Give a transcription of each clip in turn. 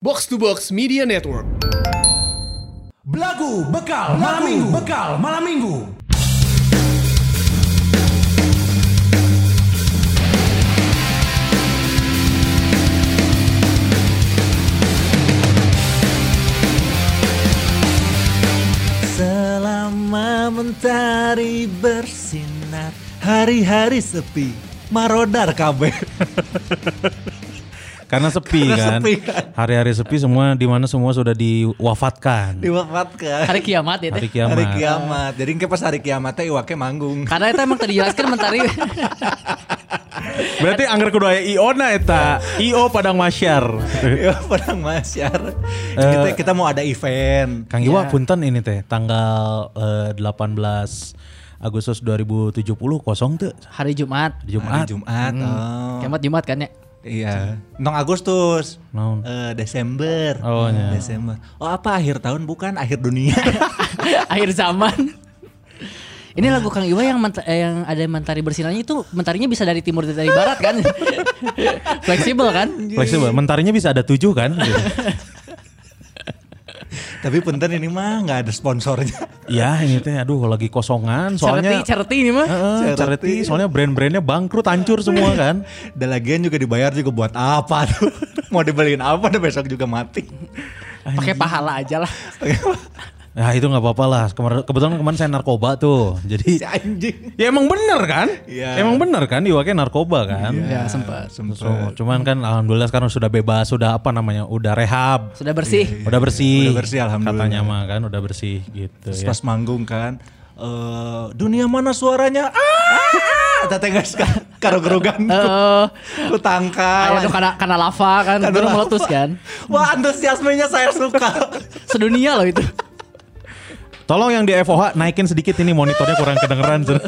Box to Box Media Network. Belagu bekal malam minggu, bekal malam minggu. Selama mentari bersinar, hari-hari sepi, marodar kabeh. Karena sepi Karena kan. sepi kan. Hari-hari sepi semua di mana semua sudah diwafatkan. Diwafatkan. hari kiamat ya Hari teh. kiamat. Hari kiamat. Jadi engke pas hari kiamat teh iwake manggung. Karena itu emang tadi jelaskan mentari Berarti anggar kudu aya IO na eta. IO Padang Masyar. ya padang masyar. Eh, Kita kita mau ada event. Kang Iwa punten ini teh tanggal eh, 18 Agustus 2070 kosong tuh hari Jumat. hari Jumat. Hmm. Hari Jumat. oh. Kiamat Jumat kan ya. Iya. Nong Agustus. Naon? Eh, Desember. Oh, iya. Desember. Oh, apa akhir tahun bukan akhir dunia. Akhir zaman. Ini lagu Kang Iwa yang menta- eh, yang ada mentari bersinarnya itu mentarinya bisa dari timur dan dari barat kan. Fleksibel kan? Fleksibel. Mentarinya bisa ada tujuh kan? Tapi punten ini mah nggak ada sponsornya. Iya ini teh aduh kalau lagi kosongan Cereti, soalnya Eh, cereti ini mah. Heeh, charity, soalnya brand-brandnya bangkrut hancur semua kan. Dan lagian juga dibayar juga buat apa tuh? Mau dibeliin apa dan besok juga mati. Pakai pahala aja lah. Nah itu nggak apa-apa lah. Kemar- kebetulan kemarin saya narkoba tuh. Jadi Si anjing. Ya emang bener kan? Iya. Emang bener kan diwakil narkoba kan? Ya sempat. So, cuman kan alhamdulillah sekarang sudah bebas, sudah apa namanya? Udah rehab, Sudah bersih. udah bersih. Udah bersih, alhamdulillah. Katanya mah kan udah bersih gitu Terus ya. pas manggung kan, eh, dunia mana suaranya? Ah, Tete guys karo gerogan Eh, eh, ku tangkal. ayo tuh karena karena lava kan Iya. Karena gunung lava. meletus kan. Wah antusiasmenya saya suka. Sedunia loh itu. Tolong yang di FOH naikin sedikit ini monitornya kurang kedengeran. Zen.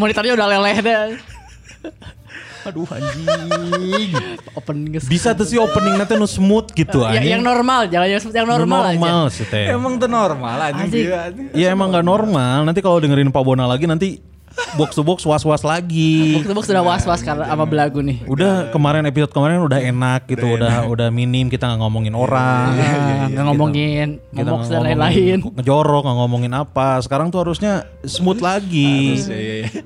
Monitornya udah leleh deh. Aduh anjing. Open geus. Bisa tuh sih opening nanti nu smooth gitu Ya, anjing. yang normal, jalan yang yang Nu normal, aja. normal sih teh. Emang tuh normal Anjing. anjing. dia, anjing. Ya emang nggak normal. Nanti kalau dengerin Pak Bona lagi nanti box to box was was lagi. Box to box sudah was-was karena sama belagu nih. Udah kemarin episode kemarin udah enak gitu, udah udah, minim kita nggak ngomongin orang. Ah, gitu. nggak ngomongin momok dan lain-lain. ngejorok nggak ngomongin apa sekarang tuh harusnya smooth lagi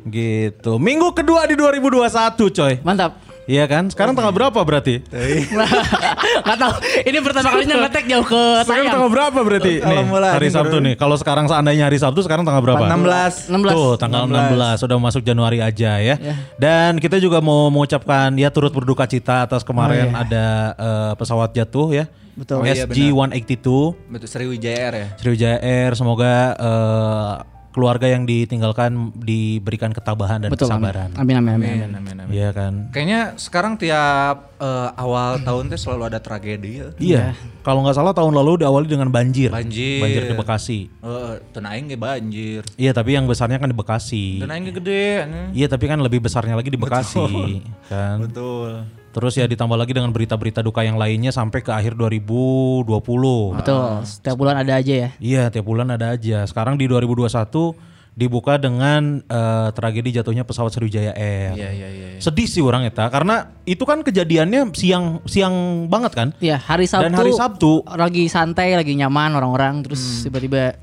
gitu minggu kedua di 2021 coy Mantap. Iya kan? Sekarang tanggal berapa berarti? Gak tau, ini pertama kalinya ngetek jauh ke Sekarang sayang. tanggal berapa berarti? Kalau Nih, mulai hari ini Sabtu baru- nih. Kalau sekarang seandainya hari Sabtu sekarang tanggal berapa? 16. 16. Tuh, tanggal 16. sudah masuk Januari aja ya. Ya. Dan kita juga mau mengucapkan ya turut berduka cita atas kemarin ada eh, pesawat jatuh ya. Betul. Oh iya, SG-182. Betul Sriwijaya Air ya. Sriwijaya Air semoga eh, keluarga yang ditinggalkan diberikan ketabahan dan Betul, kesabaran. amin. Amin, amin, amin. amin. Amin, amin, amin. Iya kan? Kayaknya sekarang tiap eh, awal tahun tuh selalu ada tragedi ya. Iya. Kalau nggak salah tahun lalu diawali dengan banjir. Banjir. di Bekasi. Eh, teu naik ge banjir. Iya, tapi yang besarnya kan di Bekasi. Teu naik ge gede. anjing. Iya, tapi kan lebih besarnya lagi di Bekasi, kan? Betul. Terus ya ditambah lagi dengan berita-berita duka yang lainnya sampai ke akhir 2020. Ah. Betul, setiap bulan ada aja ya. Iya, tiap bulan ada aja. Sekarang di 2021 dibuka dengan eh, tragedi jatuhnya pesawat Sriwijaya Air. Iya iya iya. Sedih sih orang eta karena itu kan kejadiannya siang siang banget kan? Iya, hari Sabtu. Dan hari Sabtu Hmm. Lagi santai, lagi nyaman orang-orang, terus tiba-tiba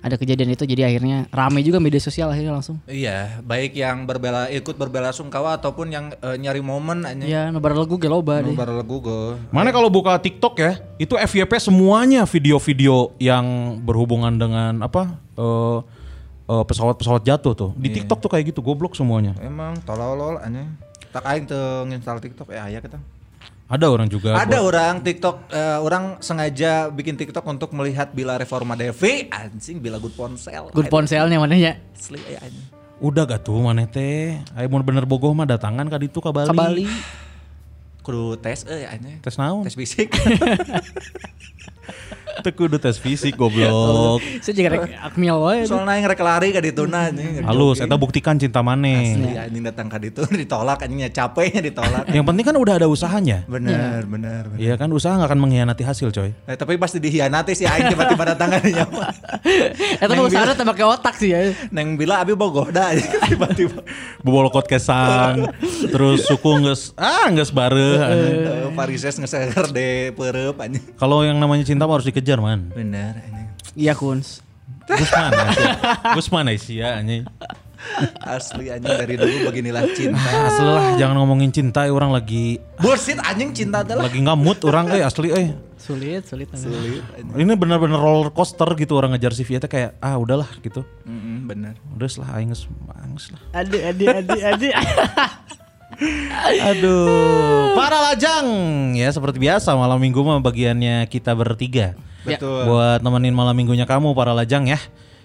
ada kejadian itu jadi akhirnya rame juga media sosial akhirnya langsung. Iya, baik yang berbela ikut berbela sungkawa ataupun yang eh, nyari momen hanya Iya, nobar lagu ge loba deh. baru lagu go. Mana kalau buka TikTok ya, itu FYP semuanya video-video yang berhubungan dengan apa eh, eh, pesawat-pesawat jatuh tuh. Di Iya. TikTok tuh kayak gitu goblok semuanya. Emang tolol hanya tak aing teu nginstal TikTok eh aya kita. Ada orang juga. Ada buat- orang TikTok eh, orang sengaja bikin TikTok untuk melihat bila reforma Devi anjing bila good ponsel. Good ponselnya mananya. Asli eh, anjing. Udah gak tuh mana teh? Ayo mau bener bogoh mah datangan kadi itu ka Bali. Ke Bali. Kudu tes eh anjing. Tes naon? Tes fisik. Itu kudu tes fisik goblok. Saya juga rek akmil wae. Soalnya yang rek lari ke ditu nah anjing. Halus, eta buktikan cinta Asli maneh. Iya, anjing datang ke ditu ditolak anjingnya capeknya ditolak. Yang penting kan udah ada usahanya. bener, bener, bener. Iya kan usaha nggak akan mengkhianati hasil coy. Eh, tapi pasti dihianati sih aing tiba-tiba datang kan nyawa. Eta mah usaha teh pakai otak sih ya. Neng bila abi bogoda anjing, tiba-tiba. Bebolokot kesang, terus suku nges, ah nges bareng. Eh, Parises ngeseger de perep anjing. Kalau yang namanya cinta mah harus dikejar man. Bener anjing. Iya kuns. Gusman, anjing. Gusman eh, Aisyah anjing. Asli anjing dari dulu beginilah cinta. Asli lah, jangan ngomongin cinta, eh, orang lagi Bullshit anjing cinta teh lah. lagi nggak mood orang, eh asli, eh Sulit, sulit. Sulit anjing. ini benar-benar roller coaster gitu orang ngejar si Via teh kayak ah udahlah gitu, Mm-mm, bener. udah lah, aing geus- aing geus lah. Adi, adi, adi, adi. Aduh, para lajang ya seperti biasa malam minggu mah bagiannya kita bertiga. Betul. buat nemenin malam minggunya kamu para lajang ya.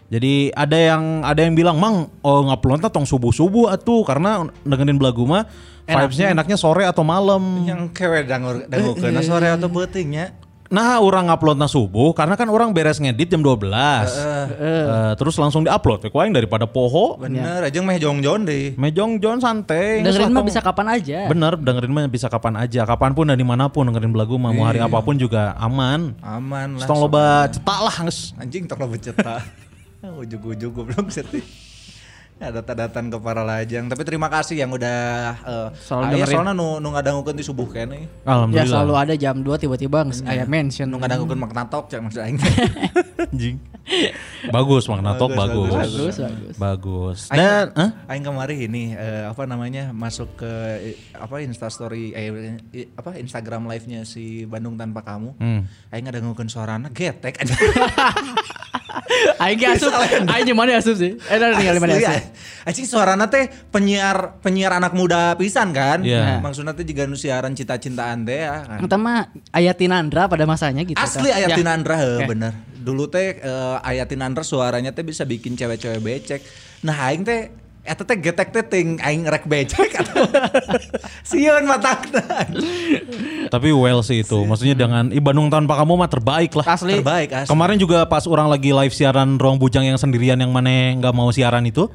Jadi ada yang ada yang bilang mang oh, ngupload tong subuh subuh atuh karena dengerin belagu mah vibesnya enaknya sore atau malam. Yang kewe Eh, dangur dangur iya, kena sore atau beutingnya. Nah orang ngupload subuh karena kan orang beres ngedit jam 12 Eh, terus langsung diupload. Kayak kuaing daripada poho Bener, anjing meh jongjon deh. mejong jon santai. Dengerin Ngeslah mah tong- bisa kapan aja. Bener dengerin mah bisa kapan aja, kapanpun dan dimanapun dengerin belagu mah mau hari Iya. apapun juga aman. Aman lah. Setong loba cetak lah nges. Ya, Anjing tok lo beceta. Ujug-ujug Oh, goblok seti. Ya, datang-datang ke para lajang. Tapi terima kasih yang udah eh Selalu ah, iya, dengerin. soalnya nu nu ngadangukeun di subuh kene. Ya Alhamdulillah. selalu ada jam 2 tiba-tiba aya mention. Nu ngadangukeun Hmm. makna tok cek maksud aing. Anjing. bagus makna tok Bagus, bagus. Bagus, bagus. Bagus. Aing- Dan eh? hah? Aing kemarin ini eh, apa namanya masuk ke eh, apa Insta story eh, i- apa Instagram live-nya si Bandung tanpa kamu. Hmm. Aing ngadangukeun sorana getek aja. Aing ge asup. Aing di mana asup sih? Eh, dari tinggal di mana Asli, asup? a- Iya. Anjing suarana teh penyiar penyiar anak muda pisan kan. Iya. Maksudnya teh juga nu siaran cita-citaan teh ya. kan. Kita mah Ayatinandra anda pada masanya gitu. Asli kan? Ayatin Ya. Andra heuh, Oke. bener. Dulu teh eh, Ayatin Andra suaranya teh bisa bikin cewek-cewek becek. Nah aing teh eta teh getek teh ting aing rek becek atau sieun matakna. Tapi well sih itu. Maksudnya dengan "Ih, Bandung tanpa kamu mah terbaik lah. Asli. Terbaik asli. Kemarin juga pas orang lagi live siaran ruang bujang yang sendirian yang mana nggak mau siaran itu.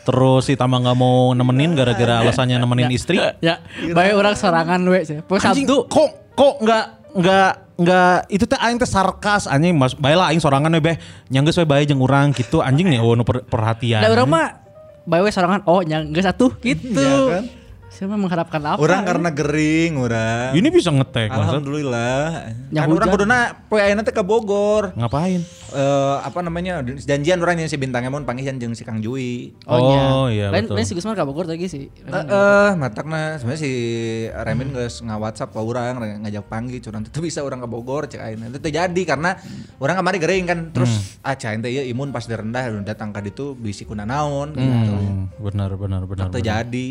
Terus si Tama nggak mau nemenin gara-gara alasannya nemenin istri. Ya, bae orang sorangan we sih. Poe Anjing, Sabtu. kok kok nggak nggak nggak itu teh aing teh sarkas anjing mas bae lah aing sorangan we beh nyanggeus we bae jeung urang gitu anjing nih oh nu per- perhatian. Da orang mah bae we sorangan oh nyang geus atuh gitu. Iya kan? Saya mah mengharapkan apa? Orang karena gering orang. ini bisa ngetek maksud Alhamdulillah. Yang Yang kan orang hujan. kuduna poe ayeuna teh ke Bogor. ngapain? Eh, apa namanya? Janjian orang yang si bintang emon pangisan jeung si Kang Jui. nya. Oh, iya, Lain betul. lain si Gusman ka Bogor tadi sih. Eh, eh, matakna sebenarnya si Remin geus nge-WhatsApp ke urang rek ngajak panggil curang itu bisa orang ke Bogor cek ayeuna. Itu teu jadi karena orang kemarin gering kan terus ah cai teh ieu imun pas direndah datang ka ditu bisi kuna naon gitu. Hmm, benar benar benar. Teu benar. jadi.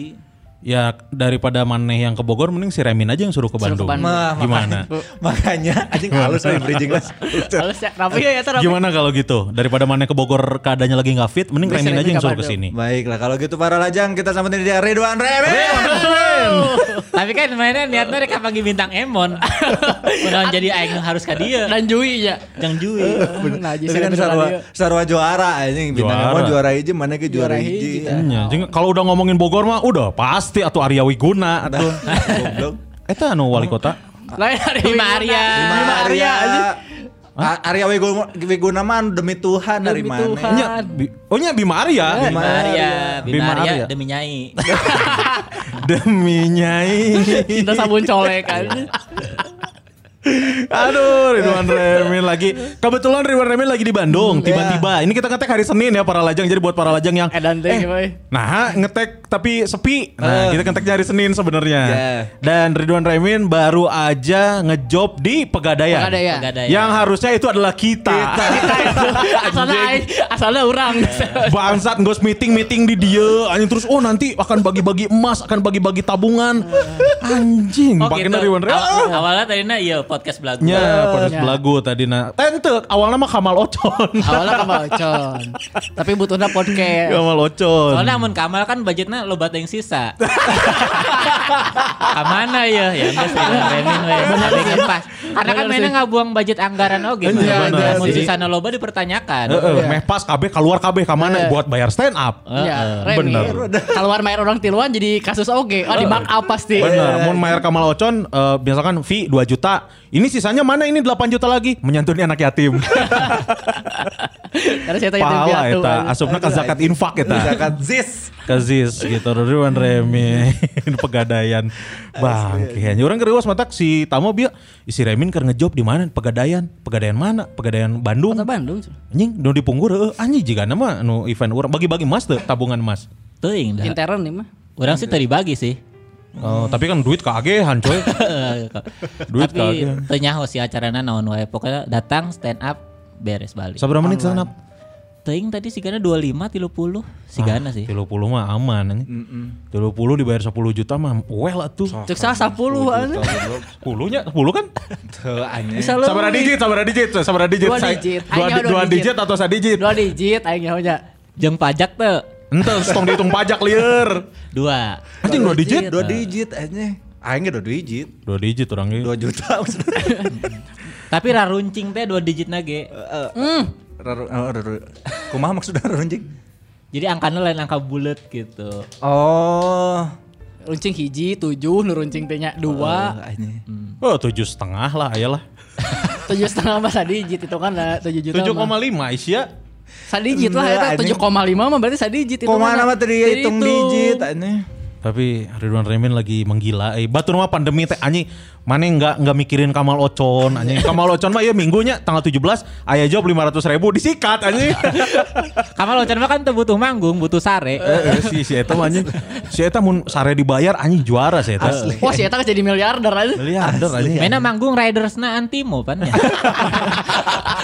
Ya daripada maneh yang ke Bogor mending si Remin aja yang suruh ke Suruh ke Bandung. Bandung. Mah, Gimana? Makanya, makanya anjing halus lagi bridging lah. Halus ya, rapi ya ya teh, rapi. Gimana kalau gitu? Daripada maneh ke Bogor keadaannya lagi nggak fit, mending Mending si Remin aja Remin yang ke suruh ke Bandung. sini. Baiklah kalau gitu para lajang kita samperin dia Ridwan Remin. Tapi kan mainnya niatnya mereka panggil bintang Emon. Udah jadi aing harus ke dia. Dan Jui ya. Jang Jui. Nah, Tapi jadi saya kan sarwa, sarwa juara anjing bintang Juara. emon juara hiji mana ke juara, Juara hiji, hiji. kita. Iya, jeung kalau udah ngomongin Bogor mah udah pasti atau Arya Wiguna atuh. Goblok. Eta anu wali kota. Lain hari Bima Arya. Bima Arya. anjing. A- Arya Wiguna- Wiguna mah demi Tuhan dari Demi mana? Iya, Tuhan. Nya, bi- oh nya Bima Arya. Kan. Bima Arya, Bima Bima Arya Arya. demi nyai. Demi nyai. Cinta sabun colek kan. Aduh, Ridwan Remin lagi. Kebetulan Ridwan Remin lagi di Hmm, Bandung. iya. Tiba-tiba. Ini kita ngetek hari Senin ya para lajang. Jadi buat para lajang yang Eh dan teh we. Nah, ngetek tapi sepi. Eh. Nah, kita ngeteknya hari Senin sebenarnya. Iya. Ya. Dan Ridwan Remin baru aja ngejob di Pegadaian. Pegadaian. Pegadaian. Yang harusnya itu adalah kita. Asalnya aing, asalnya urang. Bangsat ngos meeting meeting di dia anjing terus oh nanti akan bagi-bagi emas, akan bagi-bagi tabungan. Anjing, Oh pakai gitu. Ridwan Remin. Aw- Ah. Awalnya tadi na iya podcast belagu. Nya, pedes Ya. belagu tadi na. Tente, awalnya mah Kamal Ocon. Awalnya kamu ocon. Tapi butuhnya podcast. Kamal Ocon. Soalnya amun Kamal kan budgetnya lobat yang sisa. Kamana ya? Ya enggak sih Remin we. Tapi kan pas. Karena kan Bener mainnya sih. nggak buang budget anggaran oge. Iya, Iya, bener iya. sih. Mun susana loba dipertanyakan. Heeh, meh pas KB keluar KB ka mana Heeh. buat bayar stand up. Ya, Bener. Kalau bayar orang tiluan jadi kasus oge. Oh, di up pasti. Bener, mau bayar Kamal Ocon, eh, misalkan fee 2 juta, ini sisanya mana ini 8 juta lagi? Menyantuni anak yatim. Karena saya tanya Pahala eta, asupna ke zakat infak eta. Zakat kan? zis. Kazis gitu, Ruan Remin, pegadaian. Bangkian, orang keriwas matak si Tamo bieu, isi Remin keur ngejob di mana? Pegadaian, pegadaian mana? Pegadaian Bandung. Kota Bandung. Anjing, nu di punggur, eh, anjing jika nama nu event orang bagi-bagi emas tuh, tabungan emas. Teuing dah. Intern nih mah. Orang sih tadi bagi sih. Eh, tapi kan duit keagehan coy. Duit Gitu. Tapi kagehan. teu nyaho si acarana naon wae. Pokoknya datang stand up beres balik. Sabra menit stand up? Teuing tadi sigana 25 30 sigana sih. 30 mah aman anjing. 30 dibayar 10 juta mah well atuh. Cek sah 10 aneh. 10 nya 10 kan? Tuh aneh. Bisa leuwih. Sabara digit, sabara digit, sabara digit. Dua Saya- digit. Dua, Hanya di- dua digit atau sa digit? Dua digit aing nyaho nya. Jeung pajak teu Ente stong dihitung pajak liar. dua. Anjing dua digit. Dua digit aja. Aing ge dua digit. Dua digit orang ge. Dua juta maksudnya. Tapi raruncing teh dua digit nage. Raru- oh, raru- Kumaha maksudnya runjing? Jadi angkanya lain angka bulat gitu. Oh. Runcing hiji 7, nu runcing teh nya 2. Aneh. Oh, tujuh setengah lah ayalah. 7,5 mah digit itu kan lah, 7 juta. 7,5. 7,5 Isya. Sadigit lah eta Enggak, anjing. 7,5 mah berarti sadigit itu. Kumaha nama Jadi tadi ya, hitung itu. digit aneh. Tapi Ridwan Remin lagi menggila. Eh, batur mah pandemi teh anjing. Mane nggak nggak mikirin Kamal Ocon anjing. Kamal Ocon mah ya minggunya tanggal 17 aya job 500 ribu disikat anjing. Kamal Ocan mah kan teu butuh manggung, butuh sare. Eh, eh, si si eta mah anjing. Si eta mun sare dibayar anjing juara si eta. Wah, si eta jadi miliarder aja. Miliarder anjing. Mena manggung Ridersna Antimo pan ya.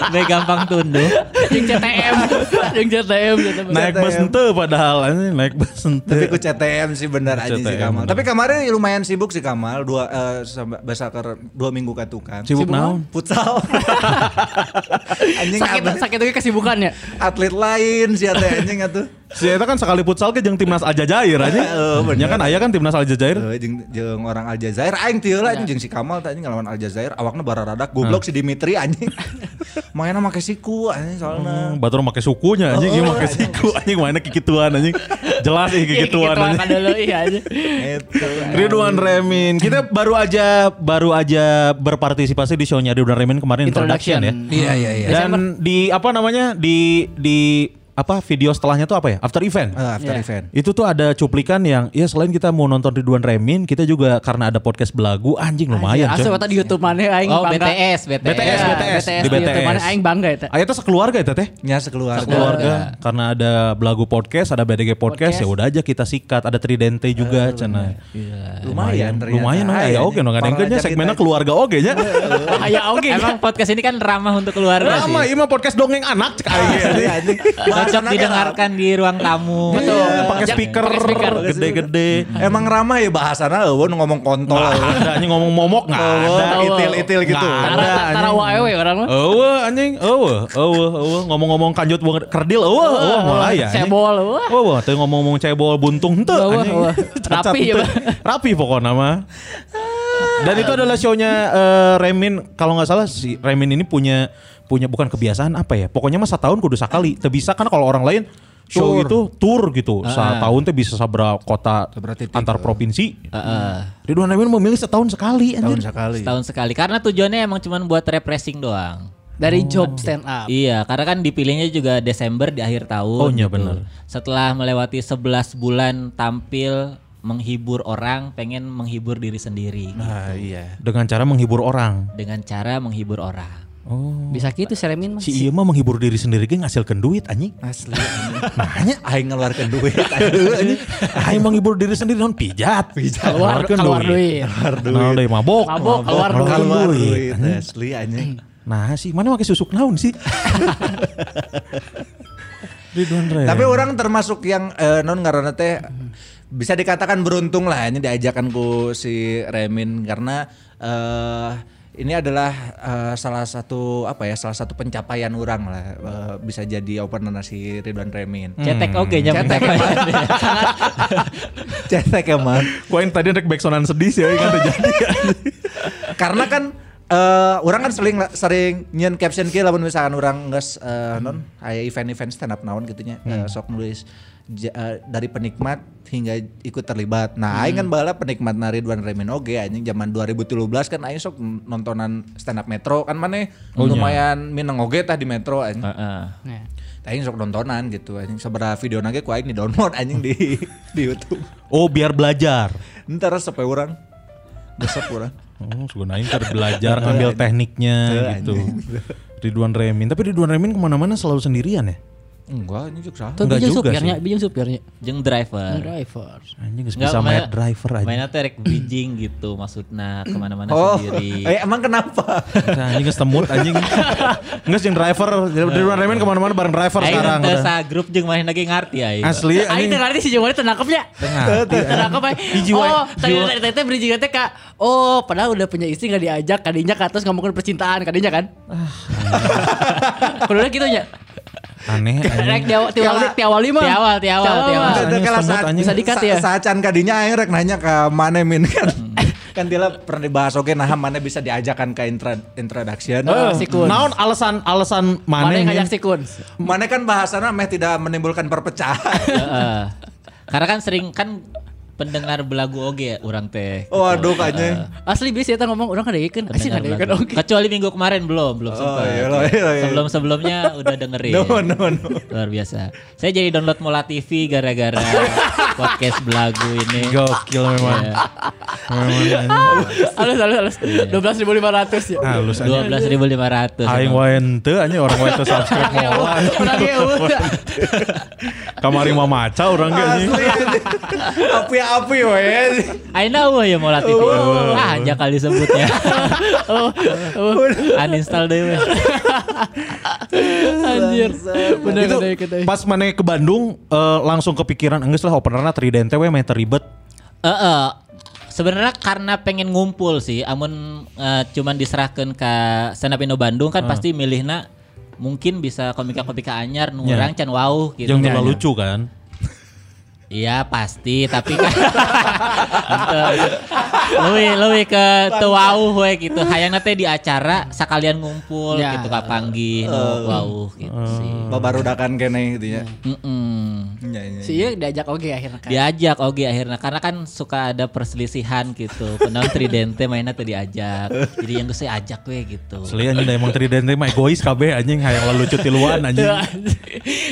Bae gampang tunduh. Jeung CTM, jeung CTM. CTM. naik bus ente padahal anjing naik bus ente. Tapi ku CTM sih benar aja si CTM, Kamal. bener. Tapi kemarin lumayan sibuk si Kamal dua eh, sama- basa ker dua minggu ke tukang. Sibuk naon? Futsal. anjing sakit atlet, sakit lagi ya? kesibukannya. atlet lain si teh anjing atuh. Si eta kan sekali futsal ke jeung timnas Aljazair anjing. Heeh, bener. Ya kan aya kan timnas Aljazair. Eh, jeung jeung orang Aljazair aing teu lah anjing jeung si Kamal teh anjing ngelawan Aljazair awakna bararadak goblok si Dimitri anjing. Mainna make siku anjing soalna. Batur make sukunya anjing, ieu make siku anjing mainnya kikituan anjing. Jelas ih Iya, kikituan Kikituan anjing. kan dulu iya aja. Itu. Ridwan Iya. Remin, kita baru aja baru aja berpartisipasi di shownya Ridwan Remin kemarin introduction, ya. Iya iya iya. Dan di apa namanya di di apa video setelahnya tuh apa ya after event. Eh, After Iya. event. Itu tuh ada cuplikan yang ya selain kita mau nonton Ridwan Remin, kita juga karena ada podcast belagu anjing lumayan. Asup coy. eta di YouTube mana aing Oh bangga. BTS, BTS. BTS, Iya, BTS, di di YouTube BTS. mana aing bangga eta. Ayah tuh sekeluarga Ah, ya, itu teh. Nya sekeluarga. Keluarga karena ada belagu podcast, ada BDG podcast, Podcast. ya udah aja kita sikat. Ada Tridente juga cenah. Ah, Lumayan ternyata. Lumayan nah, Ay, ya oke no anjing. Parah ngadengkeunnya segmennya capita. keluarga oge nya. Iya, Ah, ya oke. Emang podcast ini kan ramah untuk keluarga Lama sih. ieu mah podcast dongeng anak cek aing. Iya, anjing. kan Cocok Bahasanna kayak didengarkan di ruang tamu. ya. Betul, pakai Jak- speaker, pakai speaker. gede-gede. Emang ramah ya bahasana eueun ngomong kontol. Hmm. Nggak Ah, ada anjing ngomong momok nggak Eueun, ada. itil-itil gitu. Nggak ada. Tara tara wae orang mah. Ewe anjing, ewe, ewe, ewe ngomong-ngomong kanjut buang kerdil, ewe, ewe malah ya. anjing. Cebol, ewe. Ewe, teu ngomong-ngomong cebol buntung henteu Ewe, anjing. ewe. Cacat Rapi ya, henteu. Bang. Rapi pokoknya mah. Dan itu adalah shownya eh, Remin. Kalau nggak salah si Remin ini punya punya bukan kebiasaan apa ya? Pokoknya mah setahun kudu sakali. Teu bisa kan kalau orang lain show itu tour gitu. Ah, Setahun teh bisa sabra kota Sabra titik. antar provinsi. Ah, Heeh. Ridwan Remin memilih setahun sekali Tahun anjir. sekali. Setahun sekali karena tujuannya emang cuman buat refreshing doang. Oh, Dari job stand up. Iya, karena kan dipilihnya juga Desember di akhir tahun. gitu. Oh, iya benar. Setelah melewati 11 bulan tampil menghibur orang, pengen menghibur diri sendiri Ah, iya. Dengan cara menghibur orang. dengan cara menghibur orang. Oh. Bisa gitu Seremin mah. Si Iya mah menghibur diri sendiri ge ngasilkeun duit anjing. Nah, Asli. Makanya aing ngeluarkan duit. Aduh, anjing. Aing menghibur diri sendiri non pijat. Pijat. keluar keluar duit. Nah, deui mabok. Mabok, keluar Keluar Keluar duit. duit. Asli anjing. Nah, sih mana pakai susuk naon sih? Ridwan Re. Tapi orang termasuk yang eh, non karena teh bisa dikatakan beruntung lah ini diajakan ku si Remin karena eh ini adalah eh, salah satu apa ya salah satu pencapaian orang lah eh, bisa jadi opener si Ridwan Remin. Cetek Hmm. oke nya Cetek pencapaian. Cetek ya, emang. Gua yang tadi rek backsoundan sedih sih kan terjadi. Karena kan eh, orang kan sering sering nyen caption kieu lamun misalkan orang geus eh, non aya event-event stand up naon gitu nya eh, sok nulis ja- eh, dari penikmat hingga ikut terlibat. Nah, aing kan bala penikmat na Ridwan Remin oge anjing zaman 2017 kan aing sok nontonan stand up Metro kan maneh Oh, nya. lumayan mineng oge tah di Metro anjing. Heeh. Ya. Aing sok nontonan gitu anjing seberapa video nage ku aing di download anjing di di YouTube. Oh biar belajar. Ntar e sampai orang. Besok orang. Oh, sudah naik belajar ngambil tekniknya gitu. Ridwan Remin, tapi Ridwan Remin kemana-mana selalu sendirian ya? Enggak, ini juga salah. Tuh Enggak bijeng juga supirnya, sih. Nah. bijeng supirnya. Jeung driver. Driver. Anjing nggak Nggak, bisa main mainnya- driver aja. Mainnya terek bridging gitu maksudnya kemana-mana Oh, Nah, sendiri. eh, emang kenapa? anjing nggak setemut anjing. Nggak sih driver, Ridwan Remin kemana-mana bareng driver Aing sekarang. teu udah. sa grup jeung mana lagi ngarti aing. Asli Nah, Aing anjing. teu ngerti si jeung mana teu nangkep nya. Tengah. Teu nangkep aing. jiwa- Oh, tadi jiwa- tadi teh bridging teh ka oh, padahal udah punya istri enggak diajak, kadinya ke atas ngomongin percintaan kadinya kan. Ah. Kudu gitu nya. Aneh anjing. Rek tiawal tiawal tiawal lima. Tiawal, tiawal, Oh, tiawal. Itu- itu anjing kalau semut, saat anjing. Bisa di-cut ya? Saat can kadinya aing rek nanya ke mana min kan. kan dia lah pernah dibahas oke nah mana bisa diajakan ke intra, introduction. Oh, si Kun. Naon ya? alasan alasan Mana mana yang Min? ngajak si Kun? Mana kan bahasana meh tidak menimbulkan perpecahan. Heeh. Karena kan sering kan pendengar belagu oge orang teh. gitu. Waduh kayaknya. Asli bisa eta ngomong orang ngadaikeun, asli Pendengar ngadaikeun belagu. oke. Kecuali minggu kemarin belum, belum Oh, sempat. iya lah, iya lah, iya. Sebelum-sebelumnya udah dengerin. No, no, no. Luar biasa. Saya jadi download Mola TV gara-gara podcast belagu ini. Gokil memang. Iya. Memang anjing. Halus halus halus. Iya. 12.500 ya. Halus anjing. 12.500. Aing emang. wae henteu anjing orang wae teu subscribe mola. Orang dia Kamari mah maca orang ge anjing. Asli anjing. Api-api we. Aina weh ya Mola TV. Ah, aja kali sebutnya. Uninstall deh weh. anjir. Bener itu ngadaikeun euy. pas mana ke Bandung eh, langsung kepikiran enggak lah nah, openerna Tridente we mah teribet. Eh, eh, sebenarnya karena pengen ngumpul sih, amun eh, cuman diserahkan ke stand up Indo Bandung kan pasti milihna mungkin bisa komika-komika anyar nu Ya. urang can wau gitu. Jeung juga lucu kan. Iya pasti, tapi kan lebih lebih ke tuau we gitu. Hayangna teh di acara sekalian ngumpul Ya. gitu kapanggih nu wau gitu sih. Babarudakan kene gitu ya. Mm-mm. Iya, iya, Si Iya diajak oke akhirnya kan. diajak Ogi akhirnya karena kan suka ada perselisihan gitu kenal Tridente mainnya tuh diajak jadi yang gue sih ajak gue gitu Asli anjing da emang Tridente mah egois kabeh anjing hayang lah lucu tiluan anjing. Iya.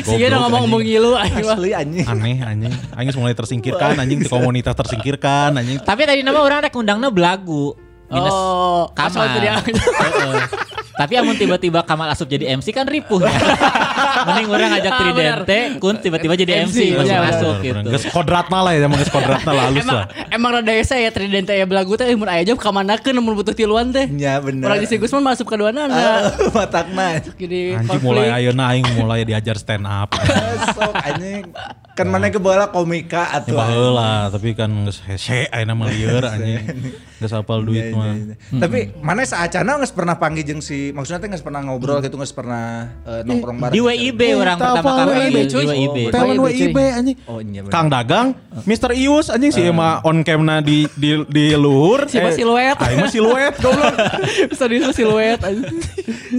Si Iya Goblok, udah ngomong anjing. mengilu iya. anjing. Asli anjing. Aneh anjing. Anjing mulai tersingkirkan anjing di komunitas tersingkirkan anjing. tapi tadi nama orang rek undangnya belagu minus Oh, Kamal asal tadi aku- Heeh. tapi amun tiba-tiba Kamal Asup jadi MC kan ripuh ya. mending orang ngajak Ah, Tridente kun tiba-tiba jadi MC, MC masuk iya, masuk Bener-bener. Geus gitu kodratna lah ya, emang geus kodratna lah halus Emang lah. emang rada saya ya Tridente ya belagu teh mun aya job ka mana ke mun butuh tiluan teh. Iya, bener. Orang di si Gusman masuk ke duana Matakna. Jadi Ah. Anjing mulai ayeuna aing mulai diajar stand up. Sok anjing. Kan mana ke bola komika Ya atuh. baheula, tapi kan geus hese ayeuna mah lieur anjing. Geus hafal duit Iya, mah. iya, iya. Tapi mana saacana nggak pernah panggil jeung si maksudnya teh nggak pernah ngobrol gitu nggak pernah eh, nongkrong bareng. di WIB orang tak pertama Iya, apa, kali WIB, di cuy. WIB Oh, Temen Oh, iya, WIB anjing. Oh iya bener. Uh. Kang Dagang, Mr. Ius anjing si Ema on camna di di di luhur. Si Ema siluet. Ah, Ema siluet goblok. bisa di siluet anjing.